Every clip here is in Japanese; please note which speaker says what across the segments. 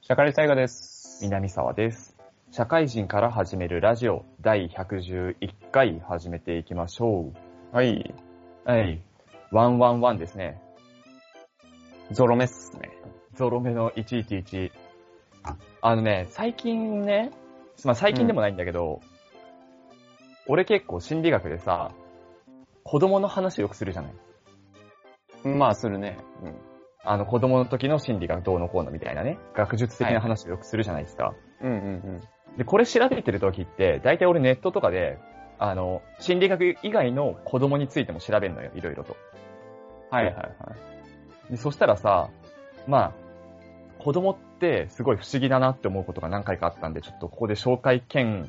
Speaker 1: 社会大河です。
Speaker 2: 南沢です。社会人から始めるラジオ第111回始めていきましょ
Speaker 1: はい。
Speaker 2: う。はい。111ですね。
Speaker 1: ゾロ目っすね。
Speaker 2: ゾロ目の111。あのね、最近ね、まあ最近でもないんだけど、俺結構心理学でさ、子供の話をよくするじゃない
Speaker 1: まあ、するね。
Speaker 2: あの子供の時の心理がどうのこうのみたいなね、学術的な話をよくするじゃないですか。
Speaker 1: うん。うんうん
Speaker 2: で、これ調べてる時って、大体俺ネットとかで、あの、心理学以外の子供についても調べるのよ、いろいろと。
Speaker 1: うん。はいはいはい。
Speaker 2: で、そしたらさ、まあ、子供ってすごい不思議だなって思うことが何回かあったんで、ちょっとここで紹介兼、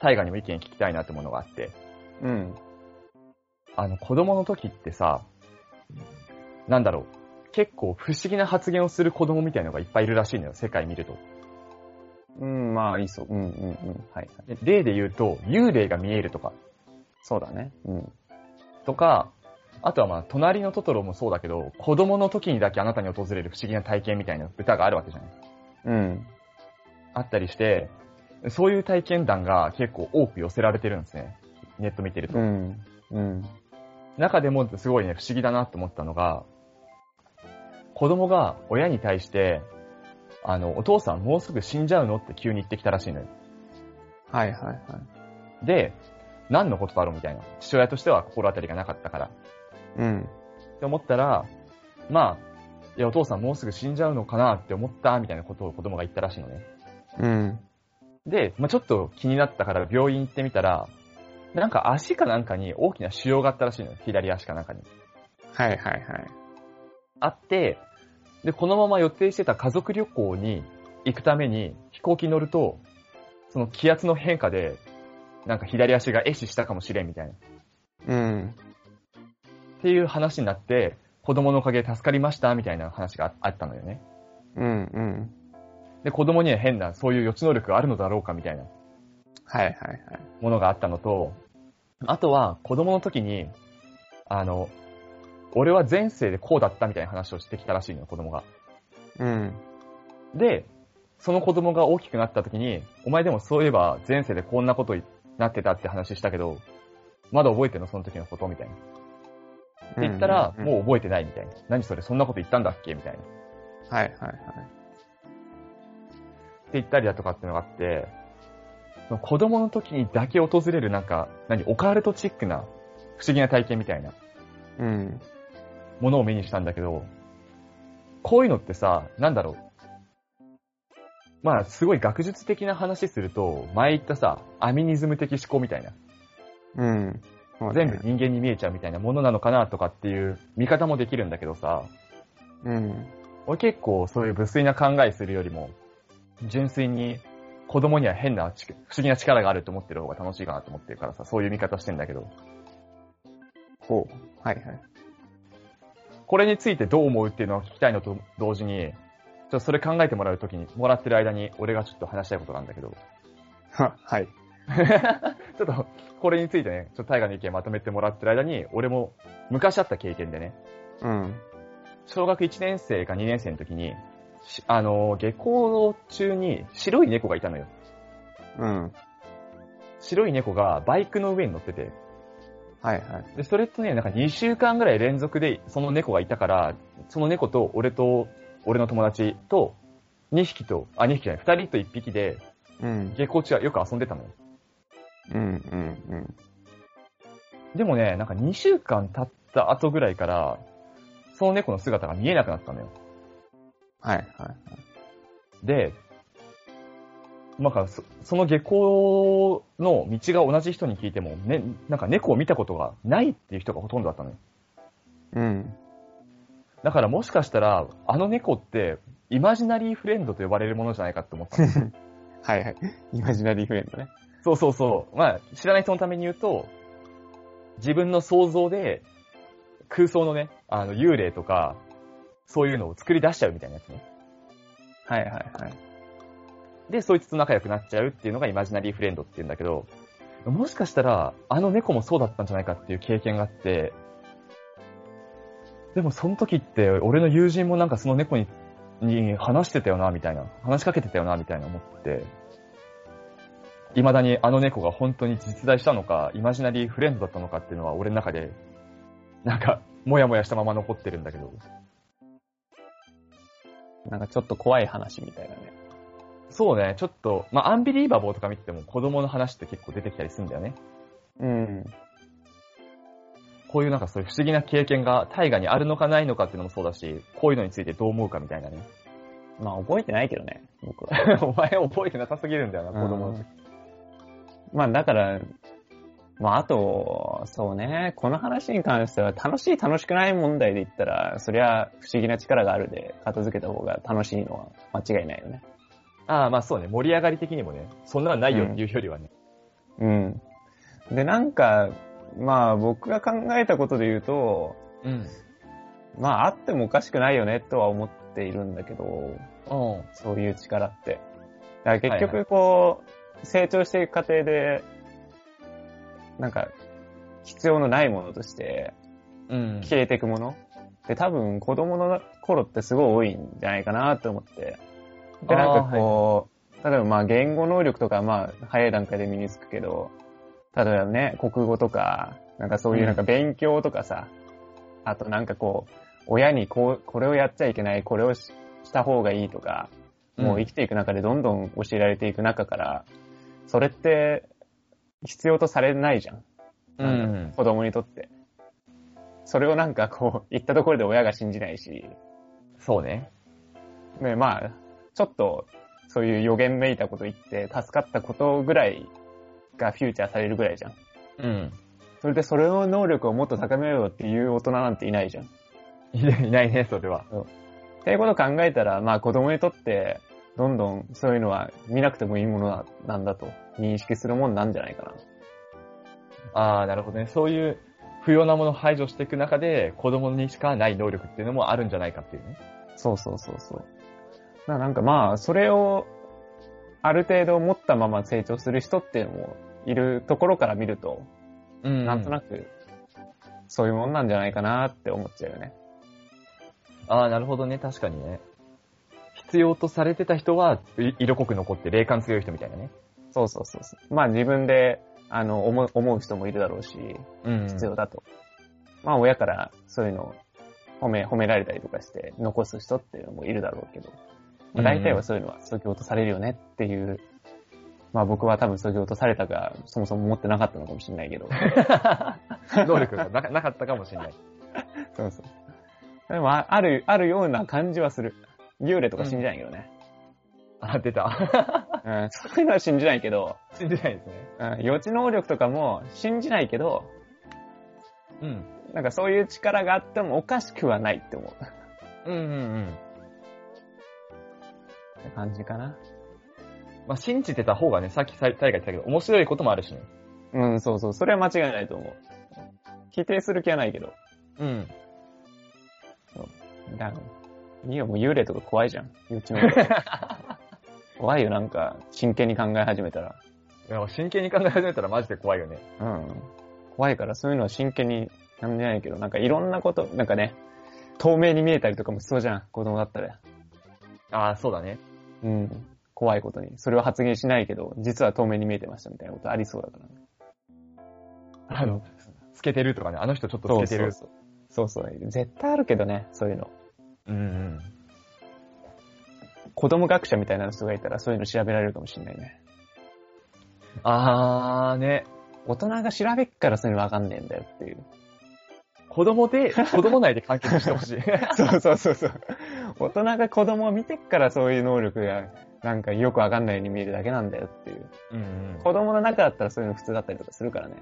Speaker 2: 大河にも意見聞きたいなってものがあって、
Speaker 1: うん。
Speaker 2: あの、子供の時ってさ、なんだろう、結構不思議な発言をする子供みたいのがいっぱいいるらしいのよ、世界見ると。
Speaker 1: うん、まあ、いいそう。うんうんうん。はい。
Speaker 2: で例で言うと、幽霊が見えるとか、
Speaker 1: そうだね。うん。
Speaker 2: とか、あとはまあ、隣のトトロもそうだけど、子供の時にだけあなたに訪れる不思議な体験みたいな歌があるわけじゃない
Speaker 1: うん。
Speaker 2: あったりして、そういう体験談が結構多く寄せられてるんですね。ネット見てると。
Speaker 1: うん。うん。
Speaker 2: 中でもすごいね、不思議だなと思ったのが、子供が親に対して、あの、お父さんもうすぐ死んじゃうのって急に言ってきたらしいのよ。
Speaker 1: はいはいはい。
Speaker 2: で、何のことだろうみたいな。父親としては心当たりがなかったから。
Speaker 1: うん。
Speaker 2: って思ったら、まあ、いや、お父さんもうすぐ死んじゃうのかなって思った、みたいなことを子供が言ったらしいのね。
Speaker 1: うん。
Speaker 2: で、まあ、ちょっと気になったから病院行ってみたら、なんか足かなんかに大きな腫瘍があったらしいのよ。左足かなんかに。
Speaker 1: はいはいはい。
Speaker 2: あって、で、このまま予定してた家族旅行に行くために飛行機に乗ると、その気圧の変化で、なんか左足が壊死したかもしれんみたい
Speaker 1: う
Speaker 2: な。
Speaker 1: ん。
Speaker 2: っていう話になって、子供のおかげで助かりました、みたいな話があったのよね。
Speaker 1: うんうん。
Speaker 2: で、子供には変な、そういう予知能力があるのだろうかみたいな
Speaker 1: はいはいはい。
Speaker 2: ものがあったのと、あとは子供の時に、あの、俺は前世でこうだったみたいな話をしてきたらしいのよ、子供が。
Speaker 1: うん。
Speaker 2: で、その子供が大きくなった時に、お前でもそういえば前世でこんなことになってたって話したけど、まだ覚えてんのその時のことみたいな。って言ったら、
Speaker 1: う
Speaker 2: もう覚えてないみたいな。何それそんなこと言ったんだっけみたいな。
Speaker 1: ん。はいはいはい。
Speaker 2: って言ったりだとかっていうのがあって、その子供の時にだけ訪れるなんか、何、オカルトチックな不思議な体験みたいな
Speaker 1: うん。
Speaker 2: ものを目にしたんだけど、こういうのってさ、なんだろう。まあ、すごい学術的な話すると、前言ったさ、アミニズム的思考みたいな、
Speaker 1: うん。そうだ
Speaker 2: 全
Speaker 1: ね
Speaker 2: 部人間に見えちゃうみたいなものなのかなとかっていう見方もできるんだけどさ、
Speaker 1: うん。
Speaker 2: 俺結構そういう無粋な考えするよりも、純粋に子供には変なち不思議な力があると思ってる方が楽しいかなと思ってるからさ、そういう見方してんだけど、
Speaker 1: ほう。はいはい。
Speaker 2: これについてどう思うっていうのを聞きたいのと同時に、ちょっとそれ考えてもらうときに、もらってる間に俺がちょっと話したいことがあるんだけど、ち
Speaker 1: は、はい。
Speaker 2: ょっとこれについてね、ちょっと大河の意見まとめてもらってる間に、俺も昔あった経験でね、
Speaker 1: うん。
Speaker 2: 小学1年生か2年生の時に、しあの、下校中に白い猫がいたのよ。
Speaker 1: うん。
Speaker 2: 白い猫がバイクの上に乗ってて、
Speaker 1: はいはい。
Speaker 2: で、それとね、なんか2週間ぐらい連続でその猫がいたから、その猫と俺と、俺の友達と、2匹と、あ、2匹じゃない、2人と1匹で、
Speaker 1: うん。
Speaker 2: 下校中はよく遊んでたのよ。
Speaker 1: うんうんうん。
Speaker 2: でもね、なんか2週間経った後ぐらいから、その猫の姿が見えなくなったのよ。
Speaker 1: はいはい。
Speaker 2: で、なんかそ、その下校の道が同じ人に聞いても、ね、なんか猫を見たことがないっていう人がほとんどだったのよ。
Speaker 1: うん。
Speaker 2: だからもしかしたら、あの猫って、イマジナリーフレンドと呼ばれるものじゃないかって思ったの。
Speaker 1: はいはい。イマジナリーフレンドね。
Speaker 2: そうそうそう。まあ、知らない人のために言うと、自分の想像で、空想のね、あの、幽霊とか、そういうのを作り出しちゃうみたいなやつね。
Speaker 1: はいはいはい。
Speaker 2: で、そいつと仲良くなっちゃうっていうのがイマジナリーフレンドって言うんだけど、もしかしたら、あの猫もそうだったんじゃないかっていう経験があって、でもその時って、俺の友人もなんかその猫にに話してたよな、みたいな。話しかけてたよな、みたいな思って。未だにあの猫が本当に実在したのか、イマジナリーフレンドだったのかっていうのは俺の中で、なんか、もやもやしたまま残ってるんだけど。
Speaker 3: なんかちょっと怖い話みたいなね。
Speaker 2: そうね、ちょっと、まあ、アンビリーバボーとか見てても子供の話って結構出てきたりするんだよね。
Speaker 1: うん。
Speaker 2: こういうなんかそういう不思議な経験が大河にあるのかないのかっていうのもそうだし、こういうのについてどう思うかみたいなね。
Speaker 3: まあ覚えてないけどね、僕は。
Speaker 2: お前覚えてなさすぎるんだよな、子供の時。
Speaker 3: うんまあだから、まああと、そうね、この話に関しては楽しい楽しくない問題で言ったら、そりゃ不思議な力があるで片付けた方が楽しいのは間違いないよね。
Speaker 2: ああ、まあそうね、盛り上がり的にもね、そんなのないよっていうよりはね。
Speaker 3: うん。で、なんか、まあ僕が考えたことで言うと、
Speaker 2: うん。
Speaker 3: まああってもおかしくないよねとは思っているんだけど、
Speaker 2: うん。
Speaker 3: そういう力って。だから結
Speaker 2: はいは
Speaker 3: 局こう、成長していく過程で、なんか、必要のないものとして
Speaker 2: うん。
Speaker 3: 消えていくもの、で、多分子供の頃ってすごい多いんじゃないかなと思って。
Speaker 2: あー
Speaker 3: で、なんかこう、例えばまあ言語能力とかまあ早い段階で身につくけど、例えばね、国語とか、なんかそういうなんか勉強とかさ、あとなんかこう、親にこう、これをやっちゃいけない、これをしした方がいいとか、もう生きていく中でどんどん教えられていく中から、それって必要とされないじゃん。
Speaker 2: うん。
Speaker 3: 子供にとって。それをなんかこう、言ったところで親が信じないし、
Speaker 2: そうね。
Speaker 3: ね、まあ、ちょっと、そういう予言めいたこと言って、助かったことぐらいがフューチャーされるぐらいじゃん。
Speaker 2: うん。
Speaker 3: それでそれの能力をもっと高めようよっていう大人なんていないじゃん。っ
Speaker 2: いないいないね、それは。
Speaker 3: ていうことを考えたら、まあ子供にとって、どんどんそういうのは見なくてもいいものななんだと認識するもんなんじゃないかな。
Speaker 2: ああ、なるほどね。そういう不要なものを排除していく中で、子供にしかない能力っていうのもあるんじゃないかっていうね。
Speaker 3: そうそうそうそう。だからなんかまあ、それを、ある程度持ったまま成長する人っていうのもいるところから見ると、
Speaker 2: うん
Speaker 3: なんとな
Speaker 2: く。
Speaker 3: く、そういうもんなんじゃないかなって思っちゃうよね。
Speaker 2: ああ、なるほどね。確かにね。必要とされてた人は、い色濃く残って霊感強い人みたいなね。
Speaker 3: そうそうそうそう。まあ自分で、あの、思う思う人もいるだろうし、
Speaker 2: うん
Speaker 3: 必要だと。まあ親からそういうのを褒め、褒められたりとかして、残す人っていうのもいるだろうけど、まあ、大体はそういうのは削ぎ落とされるよねっていう、まあ僕は多分削ぎ落とされたか、そもそも持ってなかったのかもしれないけど、
Speaker 2: 能力がなかなかったかもしれない。
Speaker 3: そうそう。でもあある、あるような感じはする。幽霊とか信じないけどね。
Speaker 2: あ、出た。
Speaker 3: うん、そういうのは信じないけど、
Speaker 2: 信じないですね。
Speaker 3: うん、予知能力とかも信じないけど、
Speaker 2: うん。
Speaker 3: なんかそういう力があってもおかしくはないって思う。
Speaker 2: うんうんうん。
Speaker 3: って感じかな。
Speaker 2: まあ、信じてた方がね、さっき大会言ってたけど、面白いこともあるしね。
Speaker 3: うん、そうそう。それは間違いないと思う。否定する気はないけど。
Speaker 2: うん。
Speaker 3: だいいよ、もう幽霊とか怖いじゃん。予知能 力。怖いよ、なんか、真剣に考え始めたら。
Speaker 2: いや真剣に考え始めたらマジで怖いよね。
Speaker 3: うん。怖いから、そういうのは真剣に、なんじゃないけど、なんかいろんなこと、なんかね、透明に見えたりとかもしそうじゃん、子供だったら。
Speaker 2: ああ、そうだね。
Speaker 3: うん。怖いことに。それは発言しないけど、実は透明に見えてましたみたいなことありそうだから、ね。
Speaker 2: あの、透けてるとかね、あの人ちょっと透けてる。
Speaker 3: そうそうそう。そうそう。絶対あるけどね、そういうの。
Speaker 2: うん
Speaker 3: 子供学者みたいな人がいたら、そういうの調べられるかもしれないね。
Speaker 2: うん。ああ、ね。
Speaker 3: 大人が調べっからそういうのわかんねえんだよっていう。
Speaker 2: 子供で、子供内で完結してほしい。
Speaker 3: そうそうそうそう。大人が子供を見てっからそういう能力が、なんかよくわかんないように見えるだけなんだよっていう。
Speaker 2: うんうん。
Speaker 3: 子供の中だったらそういうの普通だったりとかするからね。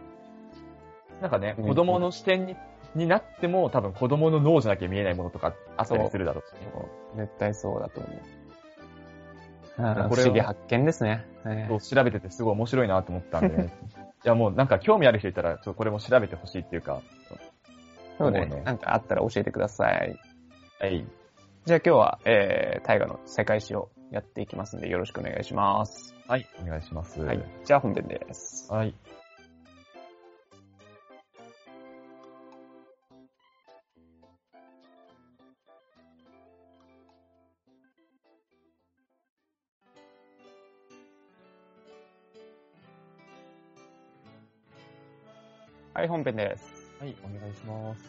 Speaker 2: なんかね、
Speaker 3: うん
Speaker 2: 子供の視点にになっても、多分子供の脳じゃなきゃ見えないものとかあったりするだろうしね。
Speaker 3: 絶対そうだと思う。ああ
Speaker 2: こ
Speaker 3: 不
Speaker 2: れは
Speaker 3: 思議発見ですね。ね
Speaker 2: そう調べててすごい面白いなと思ったんで、 ね、いやもうなんか興味ある人いたら、ちょっとこれも調べてほしいっていうか、
Speaker 3: そうね
Speaker 2: そうね
Speaker 3: なんかあったら教えてください。
Speaker 2: はい。
Speaker 3: じゃあ今日は、えー、大河の世界史をやっていきますんでよろしくお願いします。
Speaker 2: はい、お願いします。
Speaker 3: はい。じゃあ本編です。
Speaker 2: はい。
Speaker 3: はい、本編です。
Speaker 2: はい、お願いします。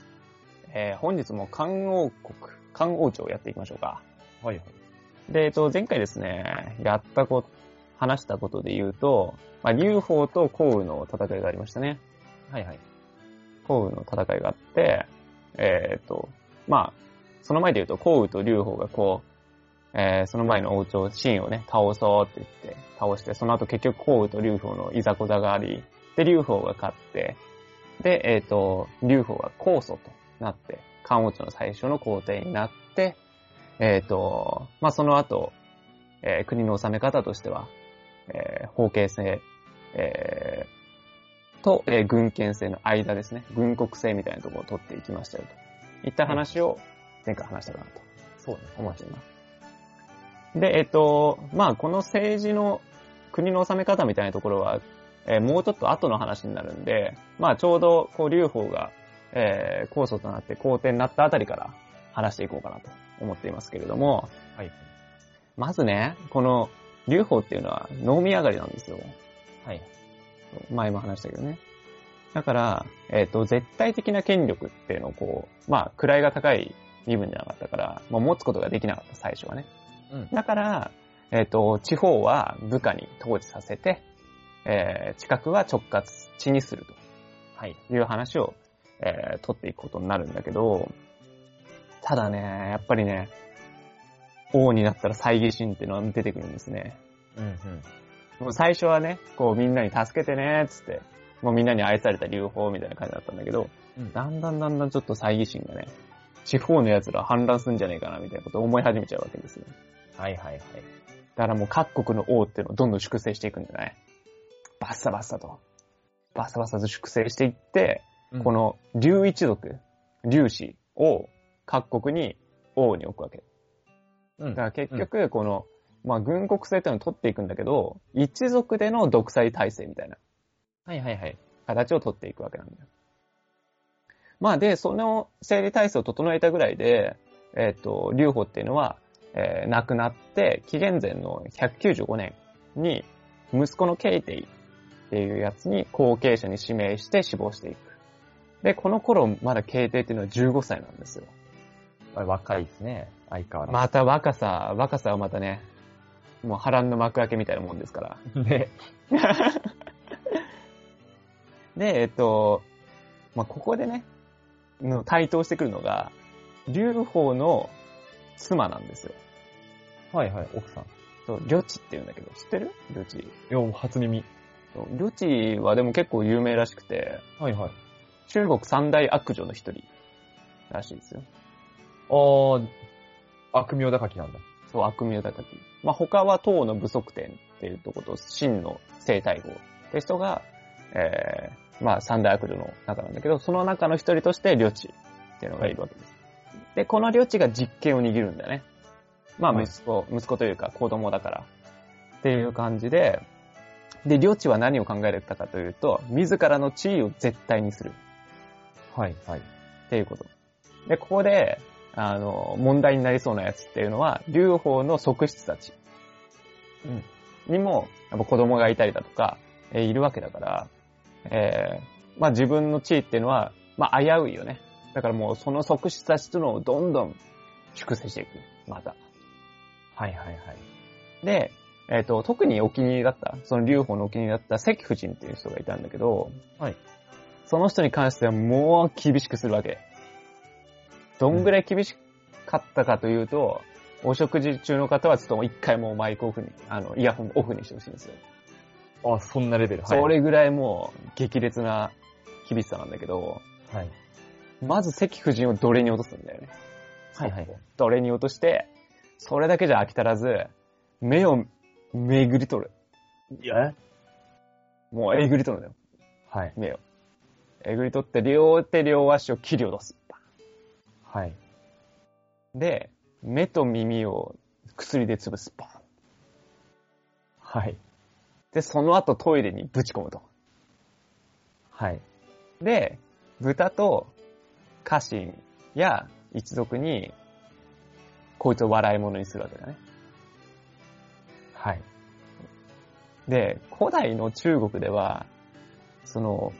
Speaker 3: えー本日も漢王国、漢王朝をやっていきましょうか。
Speaker 2: はいはい。
Speaker 3: で、えっと、前回ですね、やったこと、話したことで言うと、まあ、劉邦と項羽の戦いがありましたね。
Speaker 2: はいはい。
Speaker 3: 項羽の戦いがあって、えーっと、まあ、その前で言うと、項羽と劉邦がこう、えーその前の王朝、秦をね、倒そうって言って、倒して、その後結局項羽と劉邦のいざこざがあり、で、劉邦が勝って、で、えーっと、劉邦が皇祖となって、漢王朝の最初の皇帝になって、えーっと、まあ、その後、えー国の治め方としては、えー法系制、えーと、えー軍権制の間ですね。軍国制みたいなところを取っていきましたよと。いった話を前回話したかなと
Speaker 2: そうね。
Speaker 3: 思っています。で、えっと、まあ、この政治の国の治め方みたいなところは、えーもうちょっと後の話になるんで、まあ、ちょうど、こう、劉邦が、えー、皇祖となって皇帝になったあたりから話していこうかなと思っていますけれども、
Speaker 2: はいはい。
Speaker 3: まずね、この、劉邦っていうのは、農民上がりなんですよ。
Speaker 2: はい。
Speaker 3: 前も話したけどね。だから、えっ、と、絶対的な権力っていうのをこう、まあ、位が高い身分じゃなかったから、まあ、持つことができなかった、最初はね。
Speaker 2: うん。
Speaker 3: だから、えっ、と、地方は部下に統治させて、えー、近くは直轄地にする
Speaker 2: はい。
Speaker 3: という話を、えー、取っていくことになるんだけど、ただね、やっぱりね、王になったら猜疑心っていうのは出てくるんですね。
Speaker 2: うんうん。
Speaker 3: もう最初はね、こうみんなに助けてね、つって、もうみんなに愛された流法みたいな感じだったんだけど、
Speaker 2: うん
Speaker 3: だんだんだんだんちょっと猜疑心がね、地方の奴ら反乱すんじゃねえかな、みたいなことを思い始めちゃうわけですよ。
Speaker 2: はいはいはい。
Speaker 3: だからもう各国の王っていうのをどんどん粛清していくんじゃないバッサバッサと。バッサバッサと粛清していって、こ、の劉一族、劉氏を各国に王に置くわけ。
Speaker 2: うん。
Speaker 3: だから結局、この、まあ、軍国制っていうのを取っていくんだけど、一族での独裁体制みたいな。
Speaker 2: はいはいはい。
Speaker 3: 形を取っていくわけなんだよ。まあで、その整理体制を整えたぐらいで、えっ、と、劉邦っていうのは、えー亡くなって、紀元前の195年に、息子のケイテイっていうやつに後継者に指名して死亡していく。で、この頃まだケイテイっていうのは15歳なんですよ。
Speaker 2: あ若いですね。相変わら
Speaker 3: また若さ、若さはまたね、もう波乱の幕開けみたいなもんですから。
Speaker 2: ず。ね。
Speaker 3: で、えっと、まあ、ここでね、の対等してくるのが、劉邦の妻なんですよ。
Speaker 2: はいはい、奥さん。い
Speaker 3: そう、呂地って言うんだけど、知ってる呂地。
Speaker 2: や、もう初耳。
Speaker 3: そう呂地はでも結構有名らしくて、
Speaker 2: はいはい。
Speaker 3: 中国三大悪女の一人らしいですよ。
Speaker 2: あー、悪名高きなんだ。
Speaker 3: そう、悪名高き。まあ、他は唐の武則天っていうとこと、秦の生態法って人が、えー、まあ、三大悪女の中なんだけど、その中の一人として、領地っていうのがいるわけです。で、この領地が実権を握るんだよね。まあ、
Speaker 2: はい
Speaker 3: 息子、息子というか子供だから。っていう感じで、で、領地は何を考えてたかというと、自らの地位を絶対にする。
Speaker 2: はいはい。
Speaker 3: っていうこと。で、ここで、あの、問題になりそうなやつっていうのは、劉邦の側室たち。にも、やっぱ子供がいたりだとか、えーいるわけだから、えーまあ自分の地位っていうのは、まあ危ういよね。だからもうその側室たちというのをどんどん粛清していく。また。
Speaker 2: はいはいはい。
Speaker 3: で、えっ、と、特にお気に入りだった、その劉邦のお気に入りだった関夫人っていう人がいたんだけど、
Speaker 2: はい。
Speaker 3: その人に関してはもう厳しくするわけ。どんぐらい厳しかったかというと、お食事中の方はちょっと一回もうマイクオフに、あの、イヤホンオフにしてほしいんですよ。
Speaker 2: あ、そんなレベル。
Speaker 3: それぐらいもう激烈な厳しさなんだけど、
Speaker 2: はい。
Speaker 3: まず関夫人を奴隷に落とすんだよね。
Speaker 2: はいはい。
Speaker 3: 奴隷に落として、それだけじゃ飽き足らず、目をめぐり取る。
Speaker 2: いや
Speaker 3: もうえぐり取るんだよ。
Speaker 2: はい。
Speaker 3: 目を。えぐり取って、両手両足を切り落とす。
Speaker 2: はい。
Speaker 3: で、目と耳を薬で潰す。バン。
Speaker 2: はい。
Speaker 3: で、その後トイレにぶち込むと。
Speaker 2: はい。
Speaker 3: で、豚と家臣や一族に、こいつを笑い物にするわけだね。
Speaker 2: はい。
Speaker 3: で、古代の中国では、その、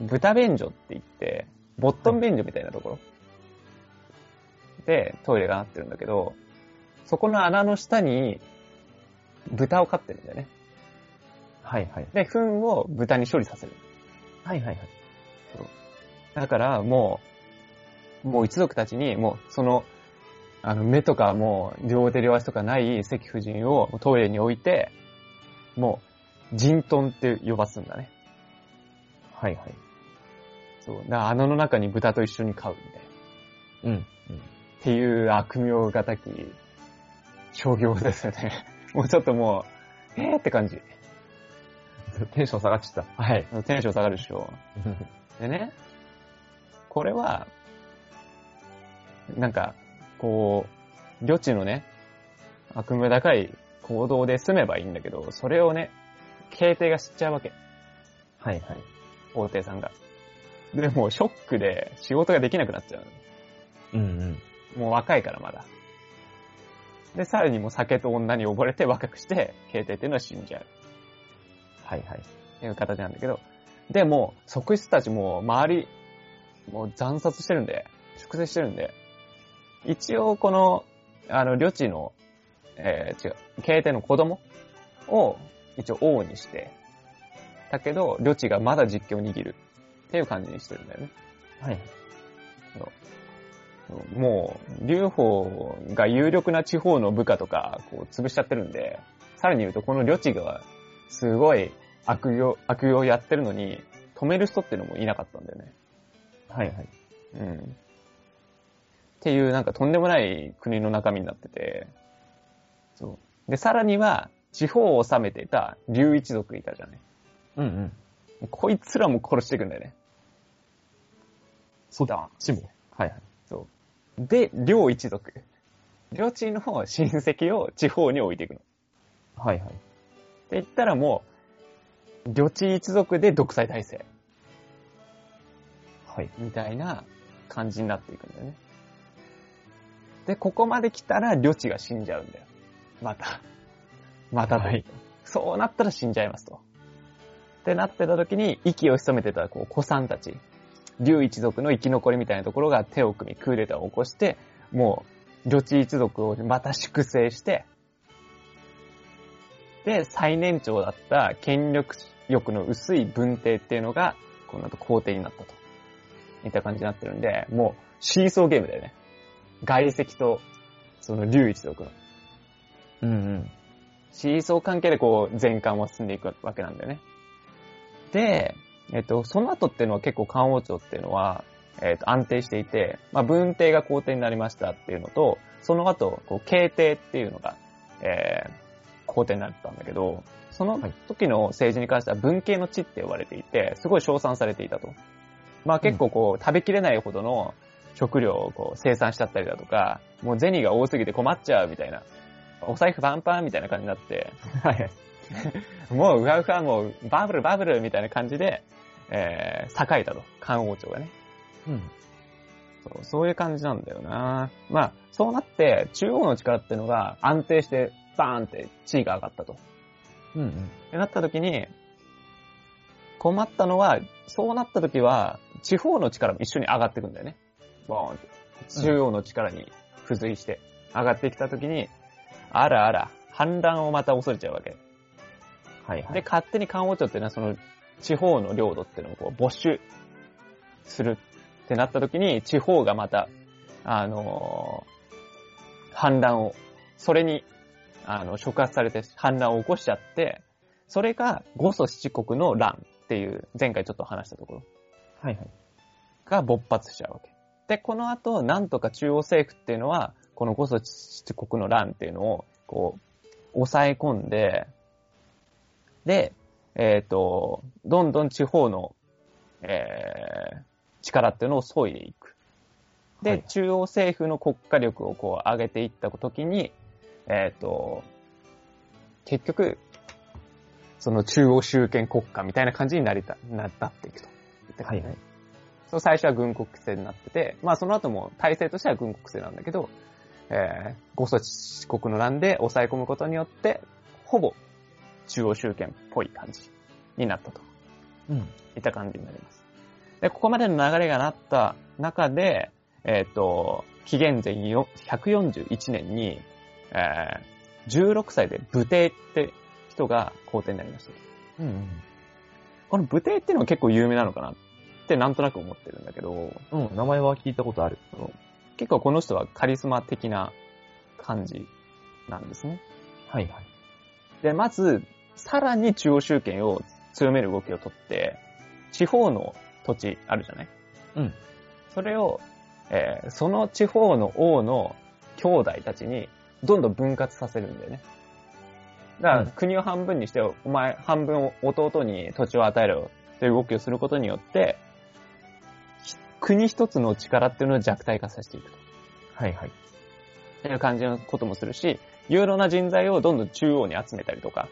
Speaker 3: 豚便所って言って、ボットン便所みたいなところ。で、トイレがなってるんだけど、そこの穴の下に、豚を飼ってるんだよね。
Speaker 2: はいはい。
Speaker 3: で、糞を豚に処理させる。
Speaker 2: はいはいはい。
Speaker 3: だから、もう、もう一族たちに、もう、その、あの、目とかもう、両手両足とかない赤夫人をトイレに置いて、もう、人トンって呼ばすんだね。
Speaker 2: はいはい。
Speaker 3: そう。だから穴の中に豚と一緒に飼うみたいな。
Speaker 2: うん。
Speaker 3: っていう悪名がたき、商業ですよね。 もうちょっともう、えーって感じ。
Speaker 2: テンション下がっちゃった。はい。
Speaker 3: テンション下がるでしょ。でね、これは、なんか、こう、領地のね、悪名高い行動で済めばいいんだけど、それをね、皇帝が知っちゃうわけ、
Speaker 2: はいはい。
Speaker 3: 皇帝さんが。で、もうショックで仕事ができなくなっちゃう
Speaker 2: うんうん。
Speaker 3: の。もう若いからまだ。で、さらにもう酒と女に溺れて若くして、皇帝っていうのは死んじゃう。
Speaker 2: はいはい。
Speaker 3: っていう形なんだけど、でも、側室たちも周り、もう惨殺してるんで、粛清してるんで、一応この、あの、領地の、えー違う、経帝の子供を一応王にして、だけど、領地がまだ実権を握るっていう感じにしてるんだよね。
Speaker 2: はい。
Speaker 3: もう、劉邦が有力な地方の部下とか、こう、潰しちゃってるんで、さらに言うと、この領地が、すごい悪用、悪用やってるのに、止める人っていうのもいなかったんだよね。
Speaker 2: はいはい。
Speaker 3: うん。っていう、なんかとんでもない国の中身になってて、そう。で、さらには、地方を治めていた劉一族いたじゃない。
Speaker 2: うんうん。
Speaker 3: こいつらも殺していくんだよね。
Speaker 2: そうだ。チも。はいはい。
Speaker 3: そう。で、両一族。両地の親戚を地方に置いていくの。
Speaker 2: はいはい。
Speaker 3: って言ったらもう、旅地一族で独裁体制
Speaker 2: はい。
Speaker 3: みたいな感じになっていくんだよね。で、ここまで来たら旅地が死んじゃうんだよ。また。またと、
Speaker 2: はい
Speaker 3: そうなったら死んじゃいますと。ってなってた時に息を潜めてたこう子さんたち、龍一族の生き残りみたいなところが手を組みクーデターを起こして、もう旅地一族をまた粛清して、で、最年長だった権力欲の薄い文帝っていうのが、この後皇帝になったと。いった感じになってるんで、もう、シーソーゲームだよね。外籍と、その、竜一族の。
Speaker 2: うんうん。
Speaker 3: シーソー関係でこう、全巻を進んでいくわけなんだよね。で、えっと、その後っていうのは結構漢王朝っていうのは、えっと、安定していて、まあ、文帝が皇帝になりましたっていうのと、その後、こう、慶帝っていうのが、えー、皇帝になったんだけど、その時の政治に関しては文系の地って呼ばれていて、すごい称賛されていたと。まあ結構こう、食べきれないほどの食料をこう生産しちゃったりだとか、もう銭が多すぎて困っちゃうみたいな、お財布パンパンみたいな感じになって、
Speaker 2: はい。
Speaker 3: もううわうわもうバブルバブルみたいな感じで、えー、栄えたと。漢王朝がね。
Speaker 2: うん。
Speaker 3: そうそういう感じなんだよなまあ、そうなって、中央の力っていうのが安定して、バーンって地位が上がったと。
Speaker 2: うんうん。
Speaker 3: ってなった時に、困ったのは、そうなった時は、地方の力も一緒に上がっていくんだよね。ボーンって。中央の力に付随して上がってきた時に、あらあら、反乱をまた恐れちゃうわけ。
Speaker 2: はいはい。
Speaker 3: で、勝手に漢王朝っていうのは、その、地方の領土っていうのをこう没収するってなった時に、地方がまた、あのー反乱を、それに、あの、触発されて反乱を起こしちゃって、それが五祖七国の乱っていう、前回ちょっと話したところ
Speaker 2: はいはい。
Speaker 3: が勃発しちゃうわけ。で、この後、なんとか中央政府っていうのは、この五祖七国の乱っていうのを、こう、抑え込んで、で、えっ、と、どんどん地方の、えー力っていうのを削いでいく。で、
Speaker 2: はい
Speaker 3: 中央政府の国家力をこう上げていった時に、えっ、と、結局、その中央集権国家みたいな感じになりた、なったっていくと。
Speaker 2: はいはい。
Speaker 3: そう最初は軍国制になってて、まあその後も体制としては軍国制なんだけど、えー、五祖四国の乱で抑え込むことによって、ほぼ中央集権っぽい感じになったと
Speaker 2: うん。
Speaker 3: いった感じになります。で、ここまでの流れがなった中で、えっ、と、紀元前よ141年に、えー16歳で武帝って人が皇帝になりました。
Speaker 1: うんうん。
Speaker 3: この武帝っていうのは結構有名なのかなってなんとなく思ってるんだけど、
Speaker 2: うん、名前は聞いたことある。
Speaker 3: 結構この人はカリスマ的な感じなんですね。
Speaker 2: はいはい。
Speaker 3: で、まず、さらに中央集権を強める動きをとって、地方の土地あるじゃない
Speaker 2: うん。
Speaker 3: それを、えーその地方の王の兄弟たちにどんどん分割させるんだよね。だから、
Speaker 2: うん
Speaker 3: 国を半分にして、お前半分を弟に土地を与えろという動きをすることによって、ひ国一つの力っていうのを弱体化させていくと。
Speaker 2: はいはい。
Speaker 3: っていう感じのこともするし、有能な人材をどんどん中央に集めたりとか、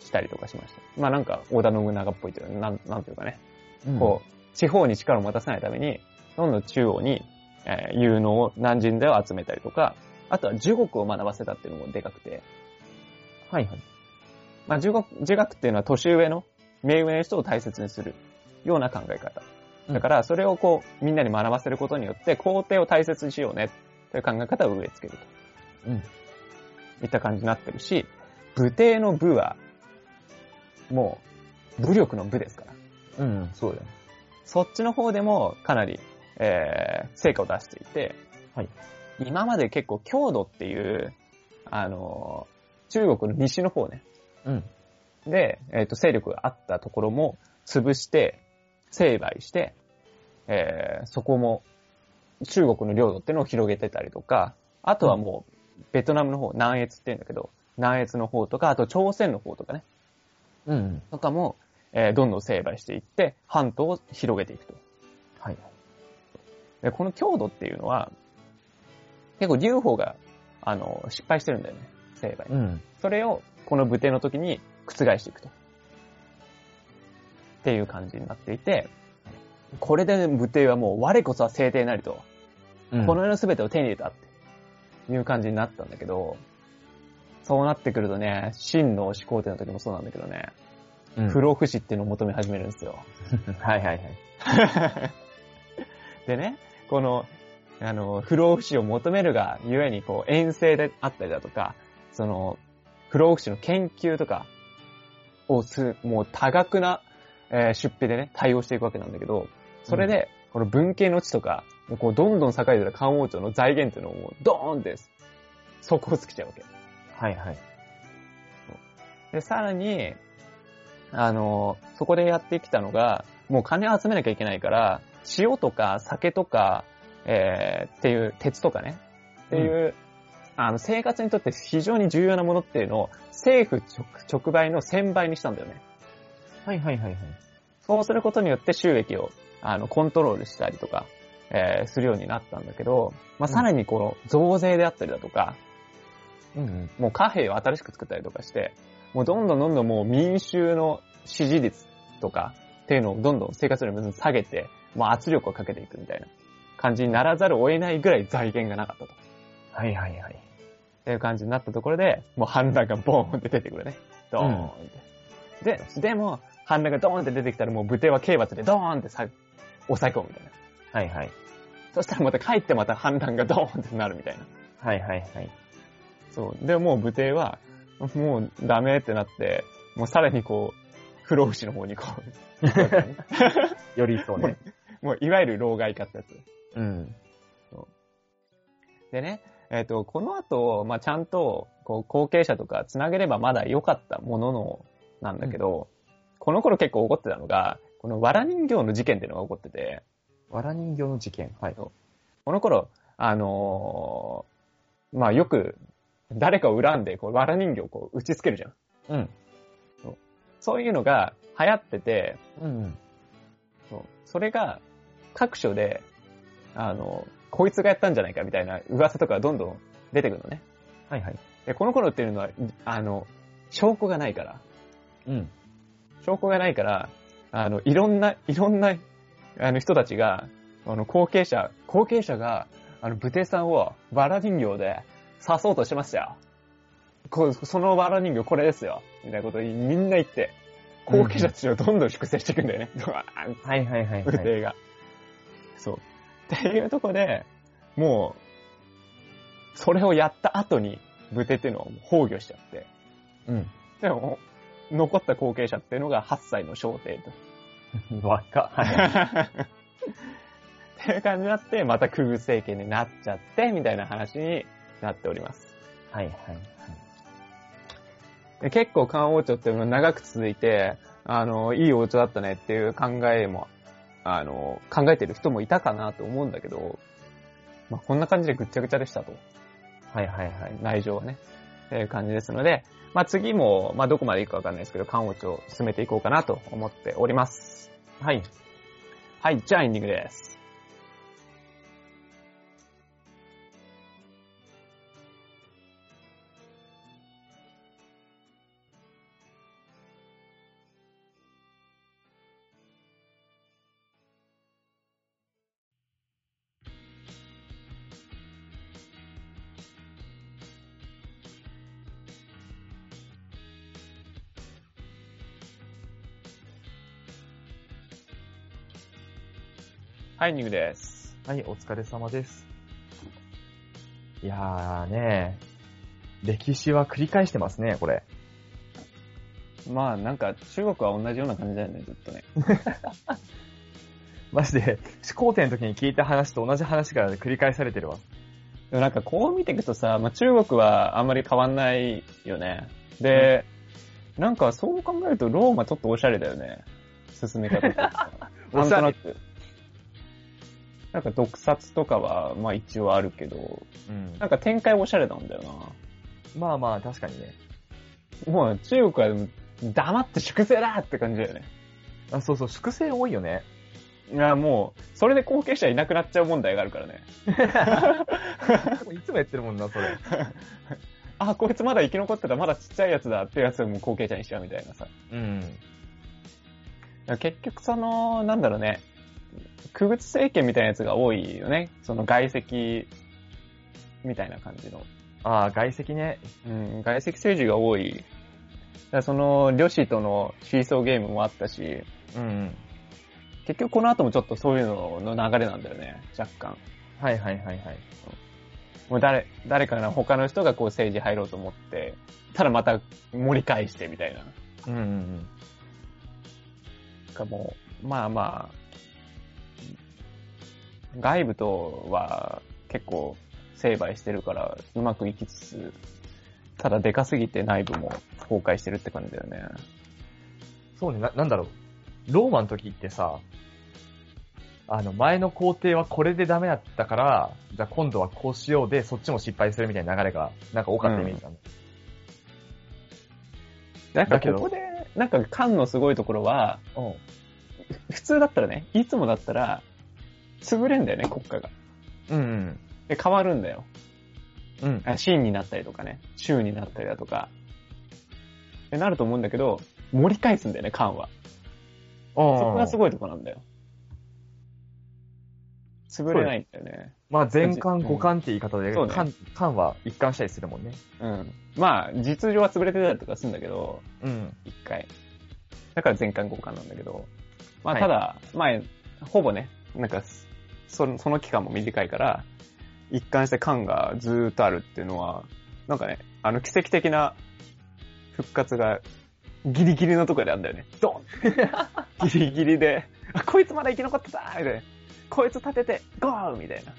Speaker 3: したりとかしました。まあなんか、織田信長っぽいというか、なん、なんていうかね、こう、地方に力を持たせないために、どんどん中央に、えー有能な人材を集めたりとか、あとは儒学を学ばせたっていうのもでかくて、
Speaker 2: う。はいはい。
Speaker 3: まあ儒学、儒学っていうのは年上の、目上の人を大切にするような考え方。だから、それをこう、みんなに学ばせることによって、皇帝を大切にしようね、という考え方を植え付けると。
Speaker 2: うん。
Speaker 3: いった感じになってるし、武帝の武は、もう、武力の武ですか
Speaker 2: う
Speaker 3: ら。
Speaker 2: ん、そうだよね。
Speaker 3: そっちの方でもかなり、えー成果を出していて、
Speaker 2: はい
Speaker 3: 今まで結構強度っていう、あのー中国の西の方ね、
Speaker 2: うん。
Speaker 3: で、えっ、と、勢力があったところも潰して、成敗して、えーそこも中国の領土っていうのを広げてたりとか、あとはもう、ベトナムの方、南越って言うんだけど、南越の方とか、あと朝鮮の方とかね、
Speaker 2: うん。
Speaker 3: とかも、えーどんどん成敗していって、半島を広げていくと。
Speaker 2: はい。
Speaker 3: で、この強度っていうのは、結構劉邦が、あの、失敗してるんだよね、成敗。
Speaker 2: ん。
Speaker 3: それを、この武帝の時に覆していくと。っていう感じになっていて、これで武帝はもう我こそは聖帝なりと、こ
Speaker 2: こ
Speaker 3: の
Speaker 2: の、
Speaker 3: 世の全てを手に入れたっていう感じになったんだけど、そうなってくるとね、真の始皇帝の時もそうなんだけどね、不
Speaker 2: ロ。
Speaker 3: 老不死っていうのを求め始めるんですよ。
Speaker 2: はいはいはい。
Speaker 3: でね、この、あの、不老不死を求めるが、ゆえに、こう、遠征であったりだとか、その、不老不死の研究とかをす、もう多額な、えー出費でね、対応していくわけなんだけど、それで、この文系の地とか、こう、どんどん栄えてた漢王朝の財源っていうのをもう、ドーンって、底をつけちゃうわけ。
Speaker 2: はいはい。
Speaker 3: で、さらに、あの、そこでやってきたのが、もう金を集めなきゃいけないから、塩とか酒とか、えーっていう、鉄とかね、っていう、あの、生活にとって非常に重要なものっていうのを、政府直直売の1000倍にしたんだよね。
Speaker 2: はいはいはいはい。
Speaker 3: そうすることによって収益を、あの、コントロールしたりとか、えーするようになったんだけど、まあ、さらにこの、増税であったりだとか、
Speaker 2: うん。
Speaker 3: もう貨幣を新しく作ったりとかして、もうどんどんどんどんもう民衆の支持率とかっていうのをどんどん生活よりも下げて、もう圧力をかけていくみたいな感じにならざるを得ないぐらい財源がなかったと。
Speaker 2: はいはいはい。
Speaker 3: っていう感じになったところで、もう反乱がボーンって出てくるね。ドーンって。で、でも、反乱がドーンって出てきたらもう武帝は刑罰でドーンってさ抑え込むみたい
Speaker 2: は
Speaker 3: な。
Speaker 2: いはい。
Speaker 3: そしたらまた帰ってまた反乱がドーンってなるみたいな。
Speaker 2: はいはいはい。
Speaker 3: そう。で、もう武帝は、もうダメってなって、もうさらにこう、不老不死の方にこう、
Speaker 2: よりそうね。
Speaker 3: もう いわゆる老害化ってやつ。
Speaker 2: うん。
Speaker 3: でね、えっ、と、この後、まあ、ちゃんと、こう、後継者とか繋げればまだ良かったものの、なんだけど、この頃結構起こってたのが、この藁人形の事件っていうのが起こってて、
Speaker 2: わら人形の事件。はい。
Speaker 3: この頃、あのーまあ、よく、誰かを恨んで、こう、藁人形をこう、打ちつけるじゃん。
Speaker 2: うん。
Speaker 3: そういうのが流行ってて、
Speaker 2: うん。
Speaker 3: そうそれが各所で、あの、こいつがやったんじゃないかみたいな噂とかがどんどん出てくるのね。
Speaker 2: はいはい。
Speaker 3: で、この頃っていうのは、あの、証拠がないから、
Speaker 2: うん。
Speaker 3: 証拠がないから、あの、いろんな、いろんな、あの人たちが、あの、後継者、後継者が、あの、武帝さんをバラ人形で刺そうとしてましたよ。こそのバラ人形これですよ。みたいなことをみんな言って、後継者たちをどんどん粛清していくんだよね。 ドワーン
Speaker 2: はいはいはい、は
Speaker 3: 予
Speaker 2: い。
Speaker 3: 定が。そう。っていうとこで、もう、それをやった後に、武帝っていうのはもう崩御しちゃって。
Speaker 2: うん。
Speaker 3: でも、残った後継者っていうのが8歳の小帝 と。
Speaker 2: 若っ。 はい。
Speaker 3: っていう感じになって、また空軍政権になっちゃって、みたいな話になっております。
Speaker 2: はいはい。
Speaker 3: で結構漢王朝っていうのは長く続いて、あの、いい王朝だったねっていう考えも、あの、考えてる人もいたかなと思うんだけど、まあ、こんな感じでぐっちゃぐちゃでしたと。
Speaker 2: はいはいはい。
Speaker 3: 内情はね。っていう感じですので、まあ、次も、まあ、どこまでいくかわかんないですけど、漢王朝を進めていこうかなと思っております。
Speaker 2: はい。
Speaker 3: はい、じゃあエンディングです。はい、エンディングです。
Speaker 2: はい、お疲れ様です。いやーね、歴史は繰り返してますね、これ。
Speaker 3: まあ、なんか、中国は同じような感じだよね、ずっとね。
Speaker 2: マジで、始皇帝の時に聞いた話と同じ話が繰り返されてるわ。
Speaker 3: でもなんかこう見ていくとさ、まあ、中国はあんまり変わんないよね。で、なんかそう考えるとローマちょっとオシャレだよね。進め方とか。
Speaker 2: おしゃれ
Speaker 3: なんとなく。なんか毒殺とかは、まあ一応あるけど、
Speaker 2: うん
Speaker 3: なんか展開オシャレなんだよな。
Speaker 2: まあまあ、確かにね。
Speaker 3: もう中国はでも黙って粛清だって感じだよね。
Speaker 2: あ、そうそう、粛清多いよね。
Speaker 3: いや、もう、それで後継者いなくなっちゃう問題があるからね。
Speaker 2: いつもやってるもんな、それ。
Speaker 3: あ、こいつまだ生き残ってた、まだちっちゃいやつだっていうやつをもう後継者にしちゃうみたいなさ。
Speaker 2: うん。
Speaker 3: 結局その、なんだろうね、区物政権みたいなやつが多いよね。その外籍みたいな感じの。
Speaker 2: ああ、外籍ね。
Speaker 3: うん、外籍政治が多い。だからその、両親とのシーソーゲームもあったし、
Speaker 2: うんうん。
Speaker 3: 結局この後もちょっとそういうのの流れなんだよね、若干。
Speaker 2: はいはいはいはい。
Speaker 3: もう誰、誰かの他の人がこう政治入ろうと思って、ただまた盛り返してみたいな。
Speaker 2: うんうんうん。
Speaker 3: なんかもう、まあまあ、外部とは結構成敗してるからうまくいきつつ、ただでかすぎて内部も崩壊してるって感じだよね。
Speaker 2: そうね、な、なんだろう。ローマの時ってさ、あの、前の皇帝はこれでダメだったから、じゃあ今度はこうしようで、そっちも失敗するみたいな流れが、なんか多かったイメージなんだ。
Speaker 3: なん
Speaker 2: だ
Speaker 3: か
Speaker 2: けど
Speaker 3: ここで、なんか缶のすごいところは、
Speaker 2: うん。
Speaker 3: 普通だったらね、いつもだったら、潰れんだよね、国家が。
Speaker 2: うん
Speaker 3: で、変わるんだよ。
Speaker 2: うん。うん。
Speaker 3: あ秦になったりとかね、州になったりだとか。でなると思うんだけど、盛り返すんだよね、缶は。
Speaker 2: そ
Speaker 3: そこがす
Speaker 2: い。
Speaker 3: ごいとこなんだよ。潰れないんだよね。
Speaker 2: まあ、全巻五巻って言い方で、
Speaker 3: そうね
Speaker 2: 巻、巻は一貫したりするもんね。
Speaker 3: うん。まあ、実情は潰れてたりとかするんだけど、
Speaker 2: うん。
Speaker 3: 一回。だから全巻交換なんだけど。まあ、
Speaker 2: はい
Speaker 3: ただ、前、ほぼね、なんかす、その、その期間も短いから、一貫して感がずーっとあるっていうのは、なんかね、あの、奇跡的な復活が、ギリギリのとこであんだよね。ド ンギリギリで、あ、こいつまだ生き残ってたみたいな。こいつ立てて、ゴーみたいな。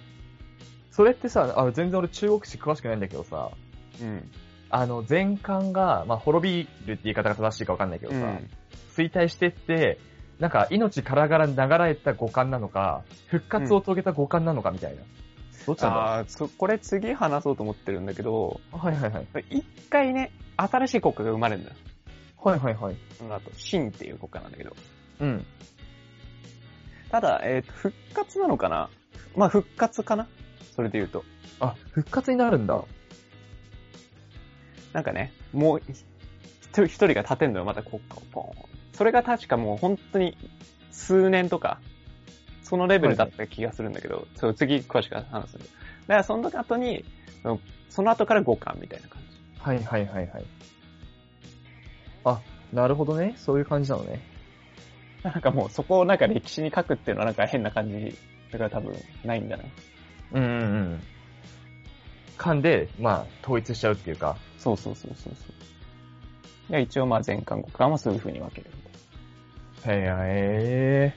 Speaker 2: それってさ、あの、全然俺中国史詳しくないんだけどさ、
Speaker 3: うん。
Speaker 2: あの、全巻が、まあ、滅びるって言い方が正しいかわかんないけど
Speaker 3: う
Speaker 2: さ、
Speaker 3: ん。
Speaker 2: 衰退してって、なんか命からがら流れた五感なのか、復活を遂げた五感なのかみたいな。どっちなんだ
Speaker 3: ああ、そこれ次話そうと思ってるんだけど、
Speaker 2: ろうはいはいはい。
Speaker 3: 一回ね、新しい国家が生まれるんだよ。
Speaker 2: はいはいはい。
Speaker 3: その後、秦っていう国家なんだけど。
Speaker 2: うん。
Speaker 3: ただ、えっ、と、復活なのかなまあ、復活かなそれで言うと。
Speaker 2: あ、復活になるんだ。
Speaker 3: なんかね、もう、ひ一人一人が立てんのよ、また国家をポーン。それが確かもう本当に、数年とか、そのレベルだった気がするんだけど、そう、次詳しく話すんで。だから、その後に、そのその後から五巻みたいな感じ。
Speaker 2: はいはいはいはい。あ、なるほどね。そういう感じなのね。
Speaker 3: なんかもうそこをなんか歴史に書くっていうのはなんか変な感じだから多分ないんだな。
Speaker 2: うんうんうん。
Speaker 4: 間で、まあ、統一しちゃうっていうか、
Speaker 3: そうそうそうそうそう。で一応まあ全韓国間もそういう風に分けるみたい
Speaker 2: へえ。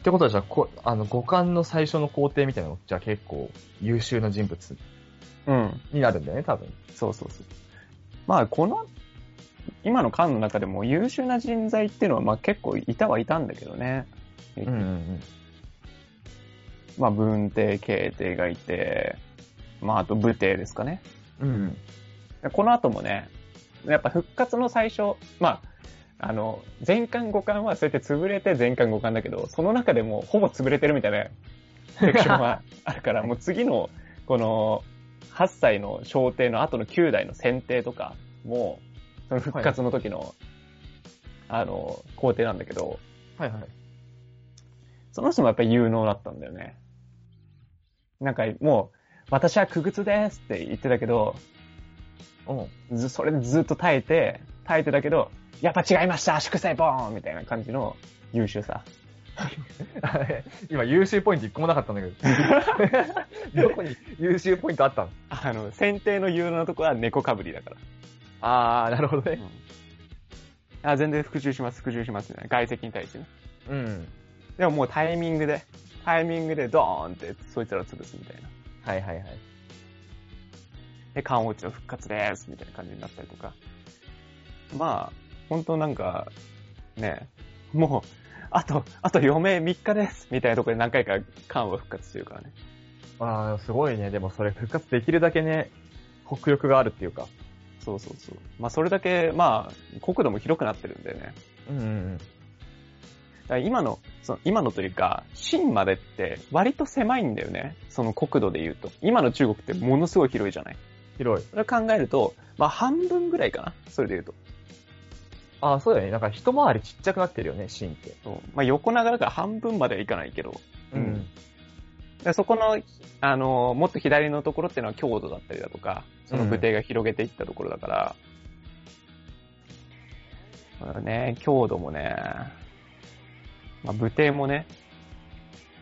Speaker 2: ってことはじゃあ、こあの、五感の最初の工程みたいなのもじゃあ結構優秀な人物
Speaker 3: な。うん。
Speaker 2: になるんだよね、多分。
Speaker 3: そうそうそう。まあこの、今の間の中でも優秀な人材っていうのはまあ結構いたはいたんだけどね。
Speaker 2: うんうん
Speaker 3: まあ文帝、慶帝がいて、まああと武帝ですかね。
Speaker 2: うん。うん。
Speaker 3: この後もね、やっぱ復活の最初、まあ、あの、全巻五巻はそうやって潰れて全巻五巻だけど、その中でもほぼ潰れてるみたいなセクションはあるから、もう次の、この、8歳の小帝の後の9代の選帝とか、もう、その復活の時の、あの、皇帝なんだけど、
Speaker 2: はいはい。
Speaker 3: その人もやっぱり有能だったんだよね。なんかもう、私は苦靴ですって言ってたけど、
Speaker 2: うん。
Speaker 3: ずそれでずっと耐えて、耐えてたけど、やっぱ違いました祝祭ボーンみたいな感じの優秀さ。
Speaker 2: あれ今、優秀ポイント一個もなかったんだ けど。どこに優秀ポイントあ ったの
Speaker 3: あの、選定の有能なとこは猫かぶりだから。
Speaker 2: あー、なるほどね。
Speaker 3: あ、全然復讐します、復讐しますみたいな。外敵に対してね。
Speaker 2: うん。
Speaker 3: でももうタイミングで、タイミングでドーンってそいつらを潰すみたいな。
Speaker 2: はいはいはい。
Speaker 3: で、漢王朝復活ですみたいな感じになったりとか。まあ、本当なんか、ね、もう、あと、あと余命3日ですみたいなところで何回か漢は復活してるからね。
Speaker 2: あー、すごいね。でもそれ復活できるだけね、迫力があるっていうか。
Speaker 3: そうそうそう。まあ、それだけ、まあ、国土も広くなってるんだよね。
Speaker 2: うんうんうん。
Speaker 3: だから今の、その今のというか、秦までって割と狭いんだよね。その国土で言うと。今の中国ってものすごい広いじゃない。
Speaker 2: 広い。
Speaker 3: それを考えると、まあ、半分ぐらいかな。それで言うと。
Speaker 2: あー、そうだよね。なんか一回りちっちゃくなってるよね、シーンって。
Speaker 3: そうまあ、横長だから半分まではいかないけど。
Speaker 2: う
Speaker 3: うん
Speaker 2: ん。
Speaker 3: でそこの、あの、もっと左のところっていうのは強度だったりだとか、その武帝が広げていったところだから、だからね、強度もね、まあ、武帝もね、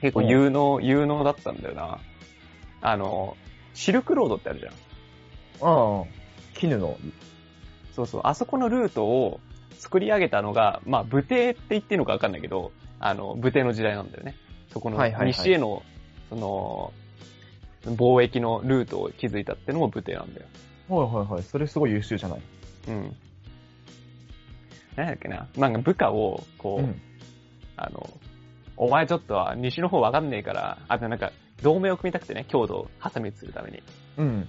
Speaker 3: 結構有能、有能だったんだよな。あの、シルクロードってあるじゃん。
Speaker 2: うん。絹の。
Speaker 3: そうそう、あそこのルートを作り上げたのが、まあ、武帝って言っていいのかわかんないけど、あの、武帝の時代なんだよね。そこの
Speaker 2: はいはいはい
Speaker 3: 西への、その、貿易のルートを築いたってのも武帝なんだよ。
Speaker 2: はいはいはい。それすごい優秀じゃない。
Speaker 3: うん。なんだっけな。なんか部下を、こう、
Speaker 2: うん。
Speaker 3: あの、お前ちょっとは西の方わかんねえから、あとなんか、同盟を組みたくてね、強度を挟み撃ちするために。
Speaker 2: うん。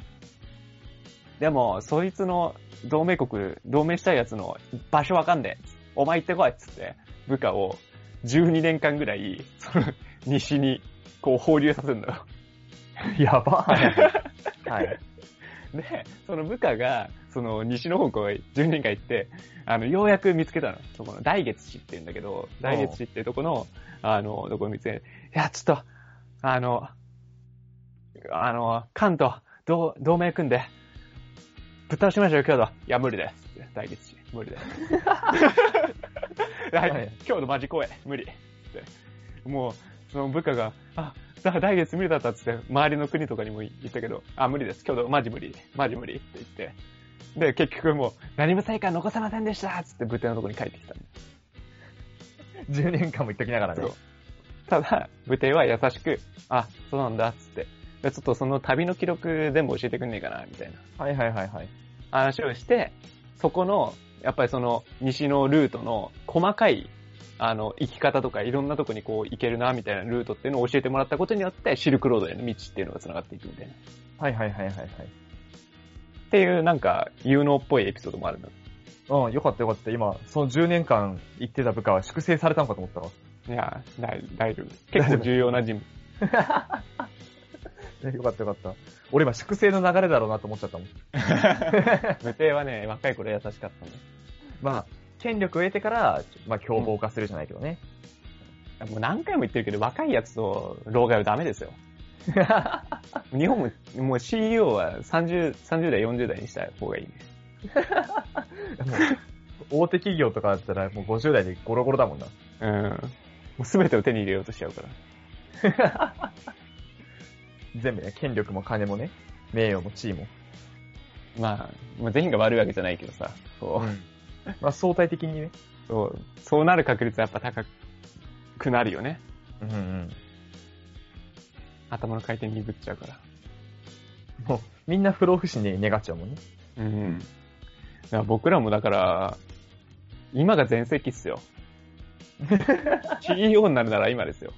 Speaker 3: でも、そいつの同盟国、同盟したいやつの場所わかんねえ。お前行ってこいっつって、部下を12年間ぐらい、その、西に、こう放流させるのよ。
Speaker 2: やばい。 はい。
Speaker 3: で、その部下が、その、西の方向へ12年間行って、あの、ようやく見つけたの。そこの、大月市って言うんだけど、大月市ってとこの、あの、どこを見つけ、いや、ちょっと、あの、あの、関東、同、同盟組んで、ぶっ倒しましょう、京都。いや、無理です。って大月市、無理です。は
Speaker 2: はい
Speaker 3: い、京都マジ怖い、無理。ってもう、その部下が、あ、だ来月無理だったっつって、周りの国とかにも言ったけど、あ、無理です。京都マジ無理。マジ無理って言って。で、結局もう、何も成果残せませんでしたっつって、武帝のとこに帰ってきたんだよ
Speaker 2: 10年間も言っときながらね
Speaker 3: そう。ただ、武帝は優しく、あ、そうなんだっつって。でちょっとその旅の記録全部教えてくんねえかな、みたいな
Speaker 2: はいはいはいはい。
Speaker 3: 話をして、そこの、やっぱりその、西のルートの細かい、あの、行き方とかいろんなとこにこう行けるな、みたいなルートっていうのを教えてもらったことによって、シルクロードへの道っていうのが繋がっていくみたいな。
Speaker 2: はいはいはいはいはい。
Speaker 3: っていう、なんか、有能っぽいエピソードもあるんだ。
Speaker 2: うん、よかったよかった。今、その10年間言ってた部下は粛清されたのかと思ったわ。
Speaker 3: いや、大大丈夫。結構重要な人物。
Speaker 2: えよかったよかった。俺今、粛清の流れだろうなと思っちゃったもん。
Speaker 3: 無帝はね、若い頃優しかったんだ
Speaker 2: まあ、権力を得てから、まあ、凶暴化するじゃないけどね。
Speaker 3: よ。もう何回も言ってるけど、若いやつと老害はダメですよ。日本も、もう CEO は30、30代、40代にした方がいいね。
Speaker 2: もう大手企業とかだったらもう50代でゴロゴロだもんな。
Speaker 3: うん。もう全てを手に入れようとしちゃうから。
Speaker 2: 全部ね、権力も金もね、名誉も地位も。
Speaker 3: まあ、まあ、全員が悪いわけじゃないけどさ、こ
Speaker 2: まあ相対的にね。
Speaker 3: う、そう、そうなる確率はやっぱ高くなるよね。
Speaker 2: うんうん。
Speaker 3: 頭の回転鈍っちゃうから。
Speaker 2: もう、みんな不老不死に願っちゃうもんね。
Speaker 3: うん。だから僕らもだから、今が全盛期っ すよ。CEO になるなら今ですよ。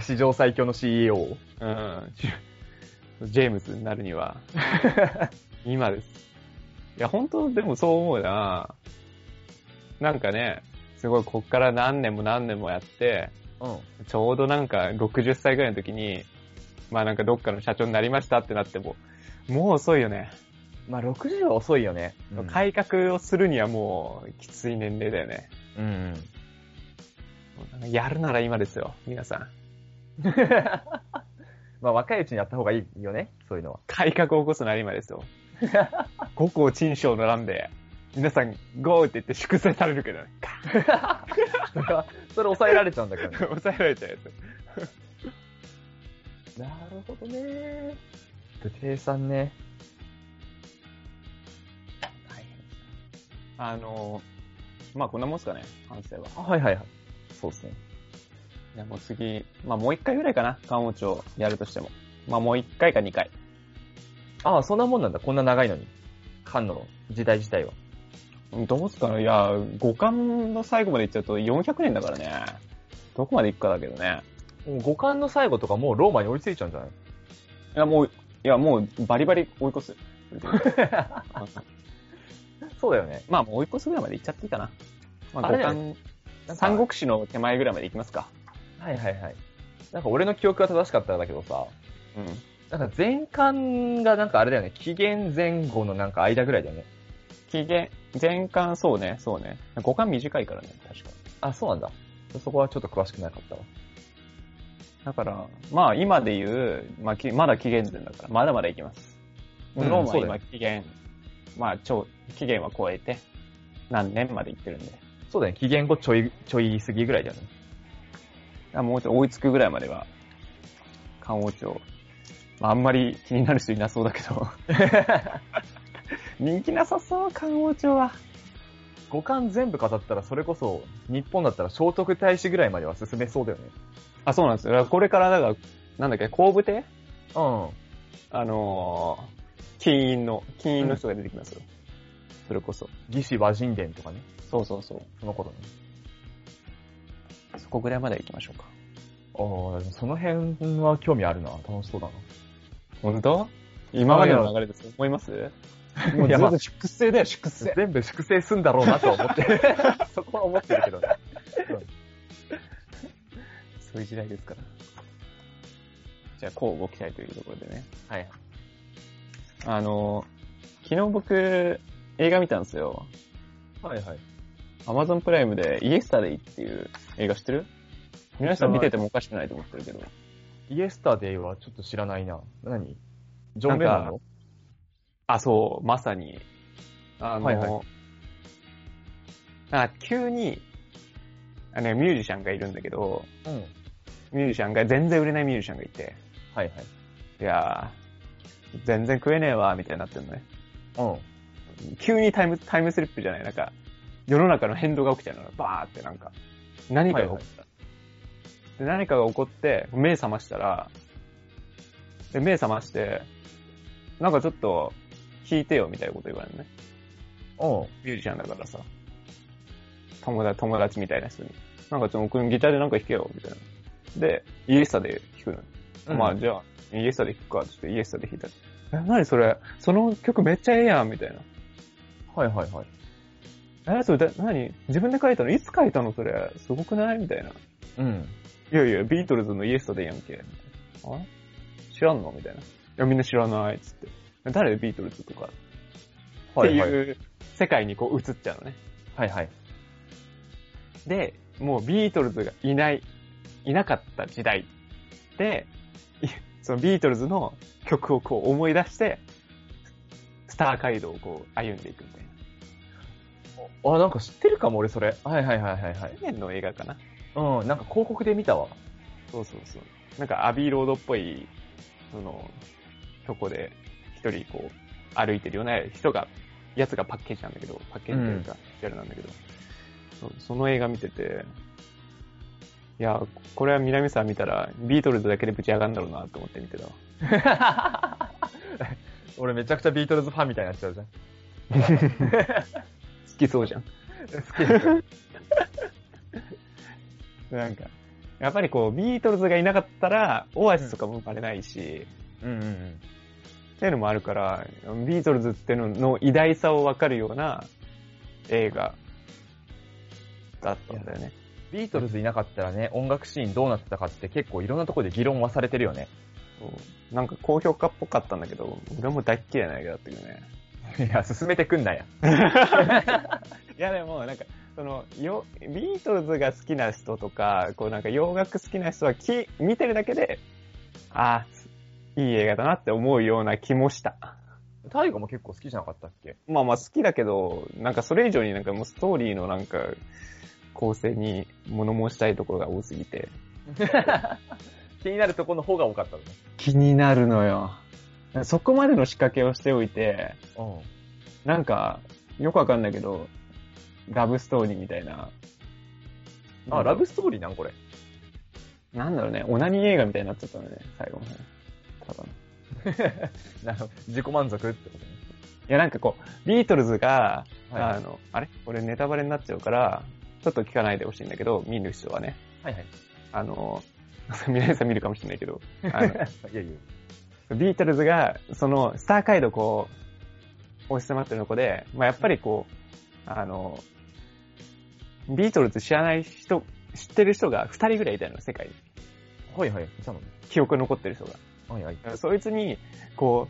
Speaker 2: 史上最強の CEO を。
Speaker 3: うん。ジェームズになる には。今です。いや、本当でもそう思うな。なんかね、すごいこっから何年も何年もやって、
Speaker 2: うん。
Speaker 3: ちょうどなんか60歳ぐらいの時に、まあなんかどっかの社長になりましたってなっても、もう遅いよね。
Speaker 2: まあ60は遅いよね。うん。
Speaker 3: 改革をするにはもうきつい年齢だよね。
Speaker 2: うん、
Speaker 3: やるなら今ですよ、皆さん。
Speaker 2: まあ若いうちにやった方がいいよね、そういうのは。
Speaker 3: 改革を起こすなら今ですよ。五校陳章の乱で、皆さん、ゴーって言って粛清されるけどね。
Speaker 2: それは、 それ抑えられちゃうんだけどね。
Speaker 3: 抑えられちゃうやつ。
Speaker 2: なるほどね。武帝さんね。
Speaker 3: あのー、まあこんなもんすかね、反省は。
Speaker 2: あはいはいはい。そうですね。
Speaker 3: いや、もう次、まあもう一回ぐらいかな、官王庁やるとしても。まあもう一回か二回。
Speaker 2: ああ、そんなもんなんだ。こんな長いのに。菅野の時代自体は。
Speaker 3: うんどうすかねいや、五冠の最後までいっちゃうと400年だからね。どこまで行くかだけどね。
Speaker 2: もう五冠の最後とかもうローマに追いついちゃうんじゃない
Speaker 3: いや、もう、いや、もうバリバリ追い越す。
Speaker 2: そうだよね。
Speaker 3: まあ、もう追い越すぐらいまで行っちゃっていいかな。まあ、
Speaker 2: あれ
Speaker 3: 五
Speaker 2: だよ
Speaker 3: 冠、
Speaker 2: なんか
Speaker 3: 三国志の手前ぐらいまで行きますか。
Speaker 2: はいはいはい。なんか俺の記憶が正しかったんだけどさ、
Speaker 3: うん。
Speaker 2: なんか前巻がなんかあれだよね、紀元前後のなんか間ぐらいだよね。
Speaker 3: 期限、前巻、そうね、そうね。五冠短いからね、確か。
Speaker 2: あ、そうなんだ。そこはちょっと詳しくなかったわ。
Speaker 3: だから、まあ、今で言う、まあ、きまだ期限前だから、まだまだ行きます。
Speaker 2: う
Speaker 3: ロ
Speaker 2: ん
Speaker 3: ーマは
Speaker 2: そうだよ
Speaker 3: 今期限、まあ、超、期限は超えて、何年まで行ってるんで。
Speaker 2: そうだね、紀元後ちょい、ちょい過ぎぐらいだよね。
Speaker 3: あもうちょい追いつくぐらいまでは、漢王朝。まあ、あんまり気になる人いなそうだけ ど。人気なさそう、漢王朝は。
Speaker 2: 五巻全部飾ったらそれこそ、日本だったら聖徳太子ぐらいまでは進めそうだよね。
Speaker 3: あ、そうなんですよ。これから、だから、なんだっけ、後部帝
Speaker 2: うん。
Speaker 3: あのー、金印の、金印の人が出てきますよ。それこそ。
Speaker 2: 魏志和人伝とかね。
Speaker 3: そうそうそう。
Speaker 2: その頃ね。
Speaker 3: そこぐらいまで行きましょうか。
Speaker 2: ああ、でもその辺は興味あるな。楽しそうだな。
Speaker 3: 本当今までの流れです。思いますもう
Speaker 2: いやまあ
Speaker 3: ずっと粛清だよ、粛清。
Speaker 2: 全部粛清すんだろうなとは思って る。そこは思ってるけどね。
Speaker 3: そういう時代ですから。じゃあ、こう動きたいというところでね。
Speaker 2: はい。
Speaker 3: あの、昨日僕、映画見たんですよ。
Speaker 2: はいはい。
Speaker 3: アマゾンプライムで、イエスタデイっていう映画知ってる皆さん見ててもおかしくないと思ってるけど。
Speaker 2: イエスタデイはちょっと知らないな。何ジョン・ベノンの
Speaker 3: あ、そう、まさに。あの、
Speaker 2: はいは
Speaker 3: なんか急に、あの、ミュージシャンがいるんだけど、
Speaker 2: うん。はい
Speaker 3: ミュージシャンが、全然売れないミュージシャンがいて、
Speaker 2: はい。
Speaker 3: いやー、全然食えねえわ、みたいになってるのね。
Speaker 2: うん。
Speaker 3: 急にタイム、タイムスリップじゃないなんか、世の中の変動が起きちゃうのよバーってなんか。何かが起こった。で、何かが起こって、目覚ましたら、で、目覚まして、なんかちょっと、弾いてよみたいなこと言われるのね。
Speaker 2: うん。
Speaker 3: ミュージシャンだからさ。友達、友達みたいな人に。なんかちょっと、ギターでなんか弾けよ、みたいな。で、イエスタで弾くの。
Speaker 2: うん
Speaker 3: まあ、じゃあ、イエスタで弾くか、ちょっとイエスタで弾いたら。え、なにそれその曲めっちゃええやん、みたいな。
Speaker 2: はいはいはい。
Speaker 3: え、それだ、何自分で書いたのいつ書いたのそれ。すごくないみたいな。い
Speaker 2: うん。
Speaker 3: やいや、ビートルズのイエスタでやんけ。あ知らんのみたいな。いや、みんな知らない。つって。誰ビートルズとか。
Speaker 2: はい
Speaker 3: っ
Speaker 2: は
Speaker 3: て
Speaker 2: い。
Speaker 3: いう世界にこう映っちゃうのね。
Speaker 2: はいはい。
Speaker 3: で、もうビートルズがいない、いなかった時代で、 いそのビートルズの曲をこう思い出して、スター街道をこう歩んでいくみたいな。
Speaker 2: あ、なんか知ってるかも、俺それ。はいはいはいはいはい。
Speaker 3: 去年の映画かな
Speaker 2: うん、なんか広告で見 たわ。
Speaker 3: そうそうそう。なんかアビーロードっぽい、その、とこで、一人こう、歩いてるような人が、やつがパッケージなんだけど、パッケージというか、ギャルなんだけど、そその映画見てて、いや、これは南さん見たら、ビートルズだけでぶち上がるんだろうなと思って見てたわ。
Speaker 2: 俺めちゃくちゃビートルズファンみたいになっちゃうじゃん。
Speaker 3: 好きそうじゃ ん。
Speaker 2: 好き。
Speaker 3: なんか、やっぱりこう、ビートルズがいなかったら、オアシスとかも生まれないし、
Speaker 2: うんうんうん。
Speaker 3: っていうのもあるから、ビートルズってのの偉大さを分かるような映画だったんだよね。
Speaker 2: ビートルズいなかったらね、音楽シーンどうなってたかって結構いろんなところで議論はされてるよ ね。
Speaker 3: そうなんか高評価っぽかったんだけど、俺も大っ嫌いな映画だったけどね。
Speaker 2: いや、進めてくんなや。
Speaker 3: いやでも、なんか、その、よ、ビートルズが好きな人とか、こうなんか洋楽好きな人はき、見てるだけで、ああ、いい映画だなって思うような気もした。
Speaker 2: タイガも結構好きじゃなかったっけ
Speaker 3: まあまあ好きだけど、なんかそれ以上になんかもうストーリーのなんか構成に物申したいところが多すぎて。
Speaker 2: 気になるとこの方が多かったのね。
Speaker 3: 気になるのよ。そこまでの仕掛けをしておいて、
Speaker 2: うん。
Speaker 3: なんかよくわかんないけど、ラブストーリーみたいな。
Speaker 2: あ、ラブストーリーなんこれ。
Speaker 3: なんだろうね、オナニー映画みたいになっちゃったのね、最後の方。多分
Speaker 2: なるほど自己満足ってことね。
Speaker 3: いやなんかこう、ビートルズが、
Speaker 2: はい
Speaker 3: あの、あれこれネタバレになっちゃうから、ちょっと聞かないでほしいんだけど、見る人はね。
Speaker 2: はいはい。
Speaker 3: あの、 皆さん見るかもしれないけど、あ
Speaker 2: いや
Speaker 3: の、
Speaker 2: いや。
Speaker 3: ビートルズが、その、スター街道こう、押し迫ってるとこで、まあ、やっぱりこう、あの、ビートルズ知らない人、知ってる人が二人ぐらいいたの、世界に。
Speaker 2: はいはい。そうな
Speaker 3: 記憶に残ってる人が。
Speaker 2: のはいはい。
Speaker 3: そいつに、こ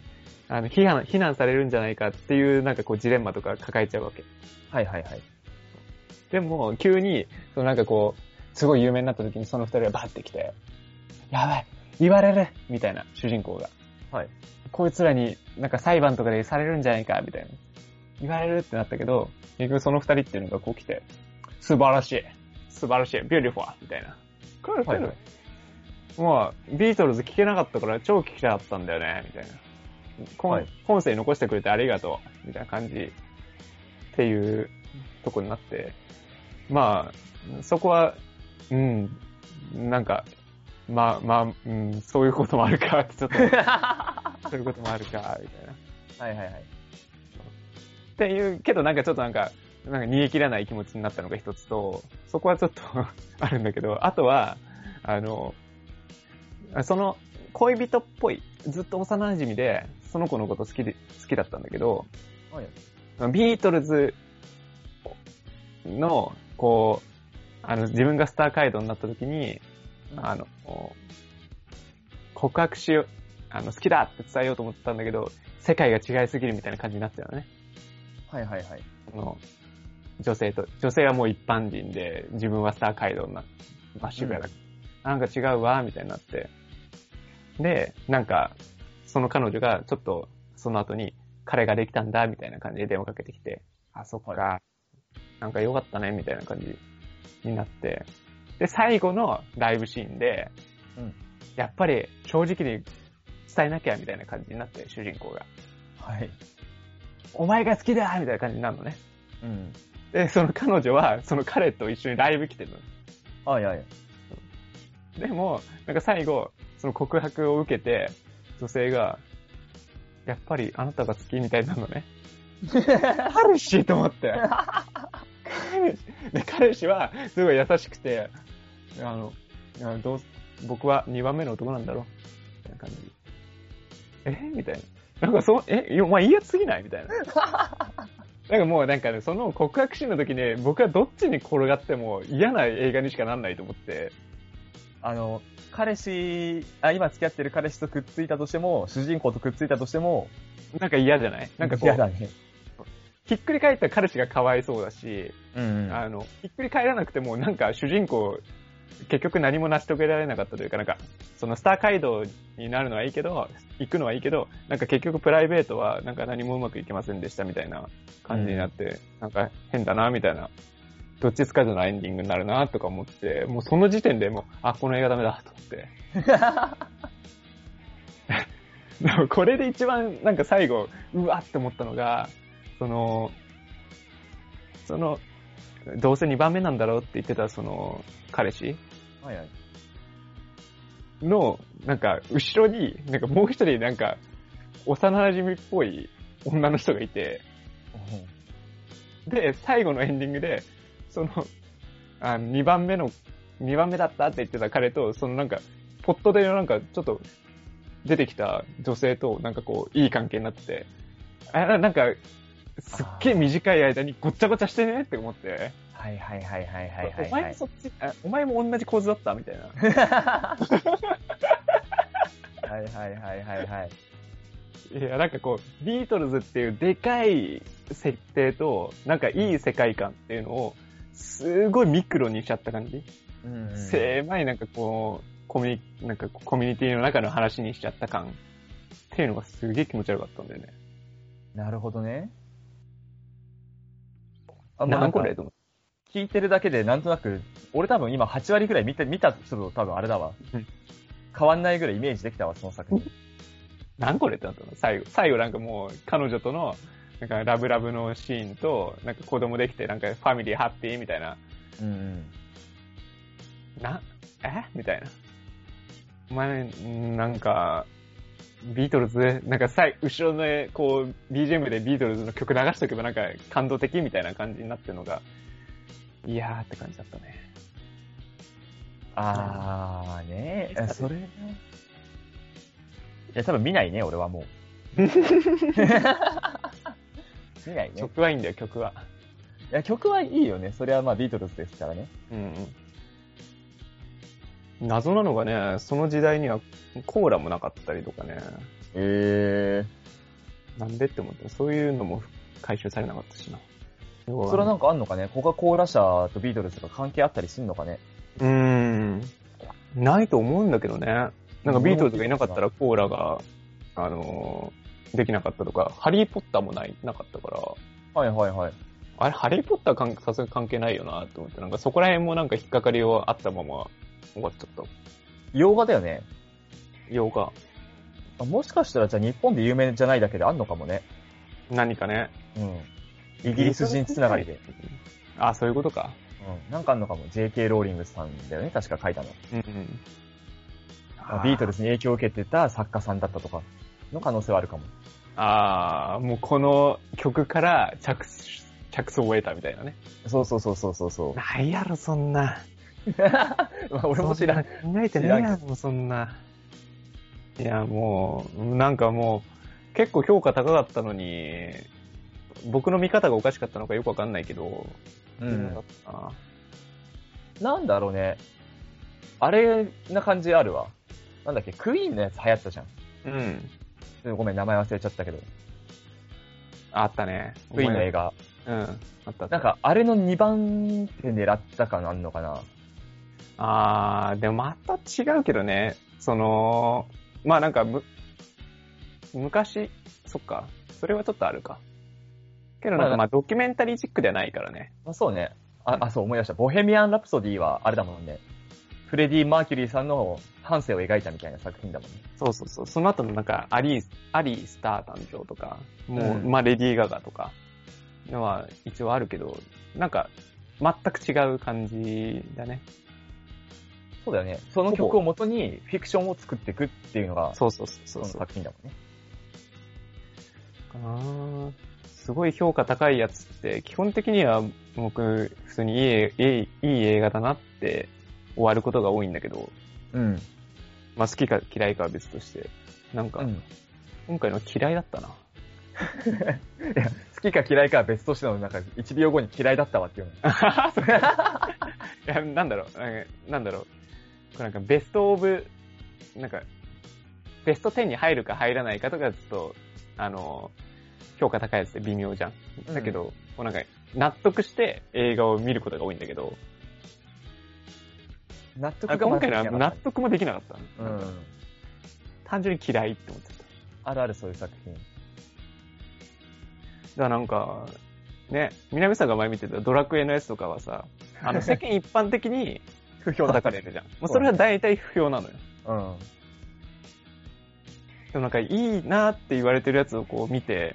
Speaker 3: う、あの、非難、非難されるんじゃないかっていう、なんかこう、ジレンマとか抱えちゃうわけ。
Speaker 2: はいはいはい。
Speaker 3: でも、急に、そのなんかこう、すごい有名になった時にその二人がバッて来て、やばい言われるみたいな、主人公が。
Speaker 2: はい。
Speaker 3: こいつらになんか裁判とかでされるんじゃないかみたいな。言われるってなったけど、結局その二人っていうのがこう来て、素晴らしい素晴らしいビューティフォーみたいな。来る
Speaker 2: 来る
Speaker 3: もう、ビートルズ聞けなかったから超聞きたかったんだよね、みたいな。今
Speaker 2: はい
Speaker 3: 今世に残してくれてありがとう、みたいな感じ。っていうとこになって。まあ、そこは、うん、なんか、まあ、まあ、うん、そういうこともあるか、って ちょっと。そういうこともあるか、みたいな。っ
Speaker 2: はいはいはい。
Speaker 3: ていう、けどなんかちょっとなんか、なんか逃げ切らない気持ちになったのが一つと、そこはちょっと あるんだけど、あとは、あの、その、恋人っぽい、ずっと幼馴染で、その子のこと好きで、好きだったんだけど、
Speaker 2: はい
Speaker 3: ビートルズの、こう、あの、自分がスター街道になった時に、あの、告白しよう、あの、好きだって伝えようと思ってたんだけど、世界が違いすぎるみたいな感じになっちゃうのね。
Speaker 2: はいはいはい。
Speaker 3: あの、女性と、女性はもう一般人で、自分はスター街道な、まっしぐらだ、なんか違うわ、みたいになって。で、なんか、その彼女がちょっと、その後に、彼ができたんだ、みたいな感じで電話かけてきて、あ、そっか、なんか良かったね、みたいな感じになって。で、最後のライブシーンで、
Speaker 2: うん
Speaker 3: やっぱり正直に伝えなきゃ、みたいな感じになって、主人公が。
Speaker 2: はい。
Speaker 3: お前が好きだみたいな感じになるのね。
Speaker 2: うん。
Speaker 3: で、その彼女は、その彼と一緒にライブ来てるの。
Speaker 2: はいはい。
Speaker 3: でも、なんか最後、その告白を受けて、女性が、やっぱりあなたが好きみたいになるのね。彼氏と思って。彼氏で、彼氏は、すごい優しくて、あの、あのどう僕は2番目の男なんだろう。みたいな感じ。えみたいな。なんかそ、え、いやお前いいやつすぎないみたいな。なんかもうなんかね、その告白シーンの時に、僕はどっちに転がっても嫌な映画にしかなんないと思って、
Speaker 2: あの、彼氏、あ、今付き合ってる彼氏とくっついたとしても、主人公とくっついたとしても、
Speaker 3: なんか嫌じゃないなんかこ
Speaker 2: 嫌
Speaker 3: う、
Speaker 2: だね。
Speaker 3: ひっくり返った彼氏がかわいそうだし、
Speaker 2: うん、うん。
Speaker 3: あの、ひっくり返らなくてもなんか主人公結局何も成し遂げられなかったというか、なんか、そのスター街道になるのはいいけど、行くのはいいけど、なんか結局プライベートはなんか何もうまくいきませんでしたみたいな感じになって、なんか変だな、みたいな。どっちつかずのエンディングになるな、とか思って、もうその時点でもう、あ、この映画ダメだ、と思って。でもこれで一番なんか最後、うわって思ったのが、その、その、どうせ2番目なんだろうって言ってたその、彼氏
Speaker 2: はいはい。
Speaker 3: の、なんか、後ろに、なんかもう一人、なんか、幼馴染っぽい女の人がいて、で、最後のエンディングで、その、あ2番目の、2番目だったって言ってた彼と、そのなんか、ポットでなんか、ちょっと、出てきた女性と、なんかこう、いい関係になってて、あななんか、すっげえ短い間にごっちゃごちゃしてねって思って、
Speaker 2: はいはいはいはいは
Speaker 3: お前もそっち、あお前も同じ構図だったみたいな。
Speaker 2: はいはいはいはいはい。
Speaker 3: いや、なんかこう、ビートルズっていうでかい設定と、なんかいい世界観っていうのを、すごいミクロにしちゃった感じ。
Speaker 2: うんうん
Speaker 3: 狭いなんかこう、コミュなんかこうコミュニティの中の話にしちゃった感っていうのがすげえ気持ち悪かったんだよね。
Speaker 2: なるほどね。
Speaker 3: あ、
Speaker 2: あ、もうなんか
Speaker 3: これと思っ
Speaker 2: 聞いてるだけでなんとなく、俺多分今8割くらい見て見た人と多分あれだわ
Speaker 3: うん。
Speaker 2: 変わんないぐらいイメージできたわ、その作品。
Speaker 3: て。なんこれってなったの最後。最後なんかもう、彼女との、なんかラブラブのシーンと、なんか子供できて、なんかファミリーハッピーみたいな。
Speaker 2: うんうん。
Speaker 3: な、えみたいな。お前、んなんか、ビートルズ、なんかさい、後ろの、ね、こう、BGM でビートルズの曲流しとけばなんか感動的みたいな感じになってるのが、いやーって感じだったね。
Speaker 2: あーねえ、それね。いや、多分見ないね、俺は もう。見ないね。
Speaker 3: 曲はいいんだよ、曲は。
Speaker 2: いや、曲はいいよね。それはまあビートルズですからね。
Speaker 3: うんうん。謎なのがね、その時代にはコーラもなかったりとかね、
Speaker 2: え
Speaker 3: なんでって思って、そういうのも回収されなかったしな。
Speaker 2: え
Speaker 3: そ
Speaker 2: それはなんかあんのかねコカ・コーラ社とビートルズが関係あったりすんのかね
Speaker 3: うーん。ないと思うんだけどね。なんかビートルズがいなかったらコーラが、あのーできなかったとか、ハリーポッターもない、なかったから、
Speaker 2: はいはいはい。
Speaker 3: あれ、ハリーポッター関さすがに関係ないよなと思って、なんかそこら辺もなんか引っかかりをあったまま終わっちゃっ
Speaker 2: 洋画だよね。
Speaker 3: た。ようか。
Speaker 2: あもしかしたらじゃあ日本で有名じゃないだけであんのかもね。
Speaker 3: 何かね。
Speaker 2: うん。イギリス人つながりで。
Speaker 3: あ、そういうことか。
Speaker 2: うん。なんかあんのかも。JK ローリングさんだよね。確か書いたの。
Speaker 3: うんうん。
Speaker 2: まあビートルズに影響を受けてた作家さんだったとかの可能性はあるかも。
Speaker 3: あー、もうこの曲から着、着想を得たみたいなね。
Speaker 2: そうそうそうそうそう そ
Speaker 3: ないやろ、そんな。
Speaker 2: う。まあ俺も知らん。
Speaker 3: 考えてないやんもうそんな。いや、もう、なんかもう、結構評価高かったのに、僕の見方がおかしかったのかよくわかんないけど、
Speaker 2: う
Speaker 3: うん
Speaker 2: ん。なんだろうね。あれな感じあるわ。なんだっけ、クイーンのやつ流行ったじゃん。
Speaker 3: うん。
Speaker 2: ちょっとごめん、名前忘れちゃったけど。
Speaker 3: あったね。
Speaker 2: クイーンの映
Speaker 3: 画。
Speaker 2: 画。
Speaker 3: うん。あったあった
Speaker 2: なんか、あれの2番手狙ったかなんのかな。
Speaker 3: あー、でもまた違うけどね。その、まあなんかむ、昔、そっか。それはちょっとあるか。けどなん
Speaker 2: ま
Speaker 3: か
Speaker 2: あ
Speaker 3: まあドキュメンタリーチックではないからね。
Speaker 2: まあ、そうね。
Speaker 3: う
Speaker 2: あ
Speaker 3: ん、
Speaker 2: あ、そう思い出した。ボヘミアン・ラプソディは、あれだもんね。フレディ・マーキュリーさんの半生を描いたみたいな作品だもんね。
Speaker 3: そうそうそう。その後のなんか、アリー、アリースター誕生とか、も
Speaker 2: う
Speaker 3: う、
Speaker 2: ん
Speaker 3: まあ、レディーガガとか、のは一応あるけど、なんか、全く違う感じだね。
Speaker 2: そうだよね。その曲を元にフィクションを作っていくっていうのが、
Speaker 3: そうそうそうそ
Speaker 2: そうの
Speaker 3: そう。
Speaker 2: 作品だもんね。
Speaker 3: かなぁすごい評価高いやつって、基本的には僕、普通にいいえ、いい、いい映画だなって終わることが多いんだけど、
Speaker 2: うん。
Speaker 3: まあ好きか嫌いかは別として、なんか
Speaker 2: う、ん。
Speaker 3: 今回の嫌いだったな。
Speaker 2: 好きか嫌いかは別としての、なんか、1秒後に嫌いだったわっていうの。
Speaker 3: いや、なんだろう、なんかなんだろう。これなんかベストオブ、なんか、ベスト10に入るか入らないかとか、ちょっと、あの、評価高いやつって微妙じゃん。だけど、もうなんか、納得して映画を見ることが多いんだけど、
Speaker 2: 納得
Speaker 3: あ
Speaker 2: が
Speaker 3: 今
Speaker 2: まだ
Speaker 3: 回
Speaker 2: でき
Speaker 3: の
Speaker 2: な
Speaker 3: は
Speaker 2: かった
Speaker 3: 納得もできなかった。
Speaker 2: うん。
Speaker 3: 単純に嫌いって思っちゃった。だか
Speaker 2: あるあるそういう作品。
Speaker 3: らなんか、ね、南さんが前見てたドラクエのやつとかはさ、あの世間一般的に
Speaker 2: 不評だ
Speaker 3: 叩
Speaker 2: か。
Speaker 3: かられ るじゃん。もうそれは大体不評なのよ。
Speaker 2: うん。
Speaker 3: でもなんかいいなって言われてるやつをこう見て、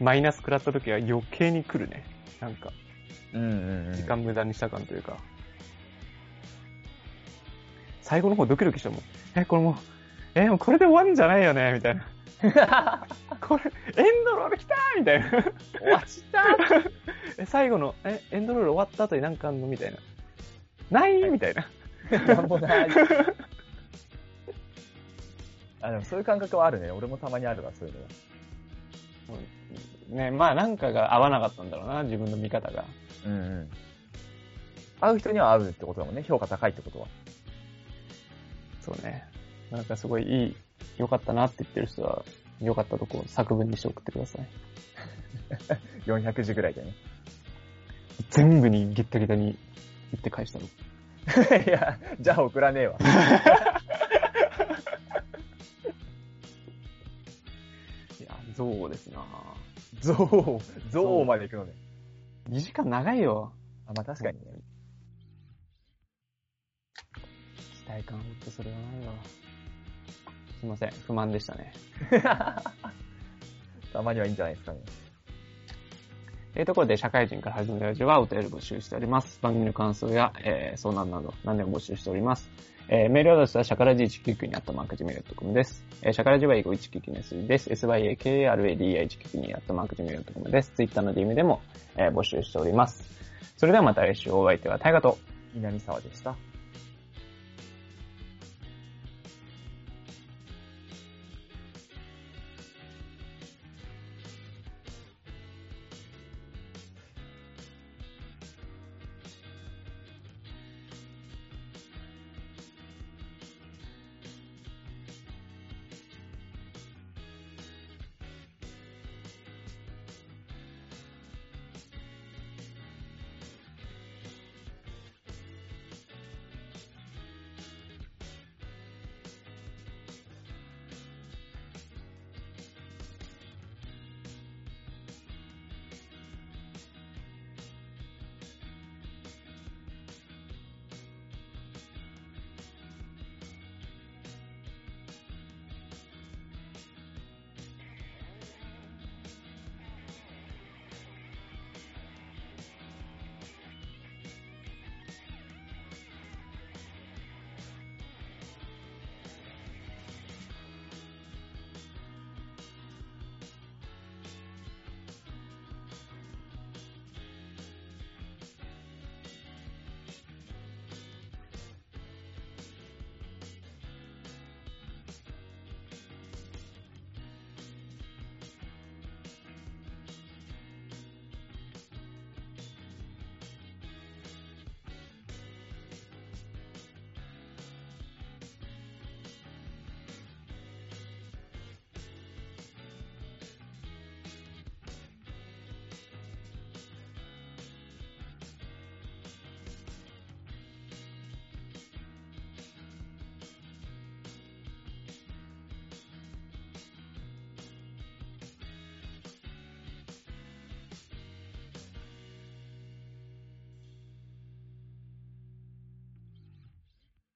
Speaker 3: マイナス食らった時は余計に来るね。なんか、
Speaker 2: うんうん、うん。
Speaker 3: 時間無駄にした感というか。最後の方ドキドキしたもん。え、これもう、え、もうこれで終わるんじゃないよねみた いな。これ、エンドロール来たーみたいな。
Speaker 2: 終わっちゃっ
Speaker 3: え、最後の、え、エンドロール終わった後になんかあんのみたいな。ないみたいな。
Speaker 2: たなんもない。 あ、でもそういう感覚はあるね。俺もたまにあるわ、そういうのは。
Speaker 3: ね、まあなんかが合わなかったんだろうな、自分の見方が。
Speaker 2: うんうん。会う人には会うってことだもんね。評価高いってことは。
Speaker 3: そうね。なんかすごいいい、良かったなって言ってる人は、良かったとこを作文にして送ってください。
Speaker 2: 400字ぐらいでね。
Speaker 3: 全部にゲッタゲタに言って返したの。
Speaker 2: いや、じゃあ送らねえわ。
Speaker 3: いや、憎悪ですな
Speaker 2: ゾウ、ゾウまで行くのね。
Speaker 3: 2時間長いよ。
Speaker 2: あ、まあ確かにね。
Speaker 3: 期待感ほんとそれはないわ。すいません、不満でしたね。
Speaker 2: たまにはいいんじゃないですかね。
Speaker 3: というところで、社会人から始めるラジオはお便り募集しております。番組の感想や、えー相談など何でも募集しております。えーメールアドレスは、シャカラジ199にあったマークジメルドットコムです。えーシャカラジは英語199の数字です。syakaradi199 にあったマークジメルドットコムです。ツイッターの DM でも、えー募集しております。それではまた来週お相手は大河と
Speaker 2: 南沢でした。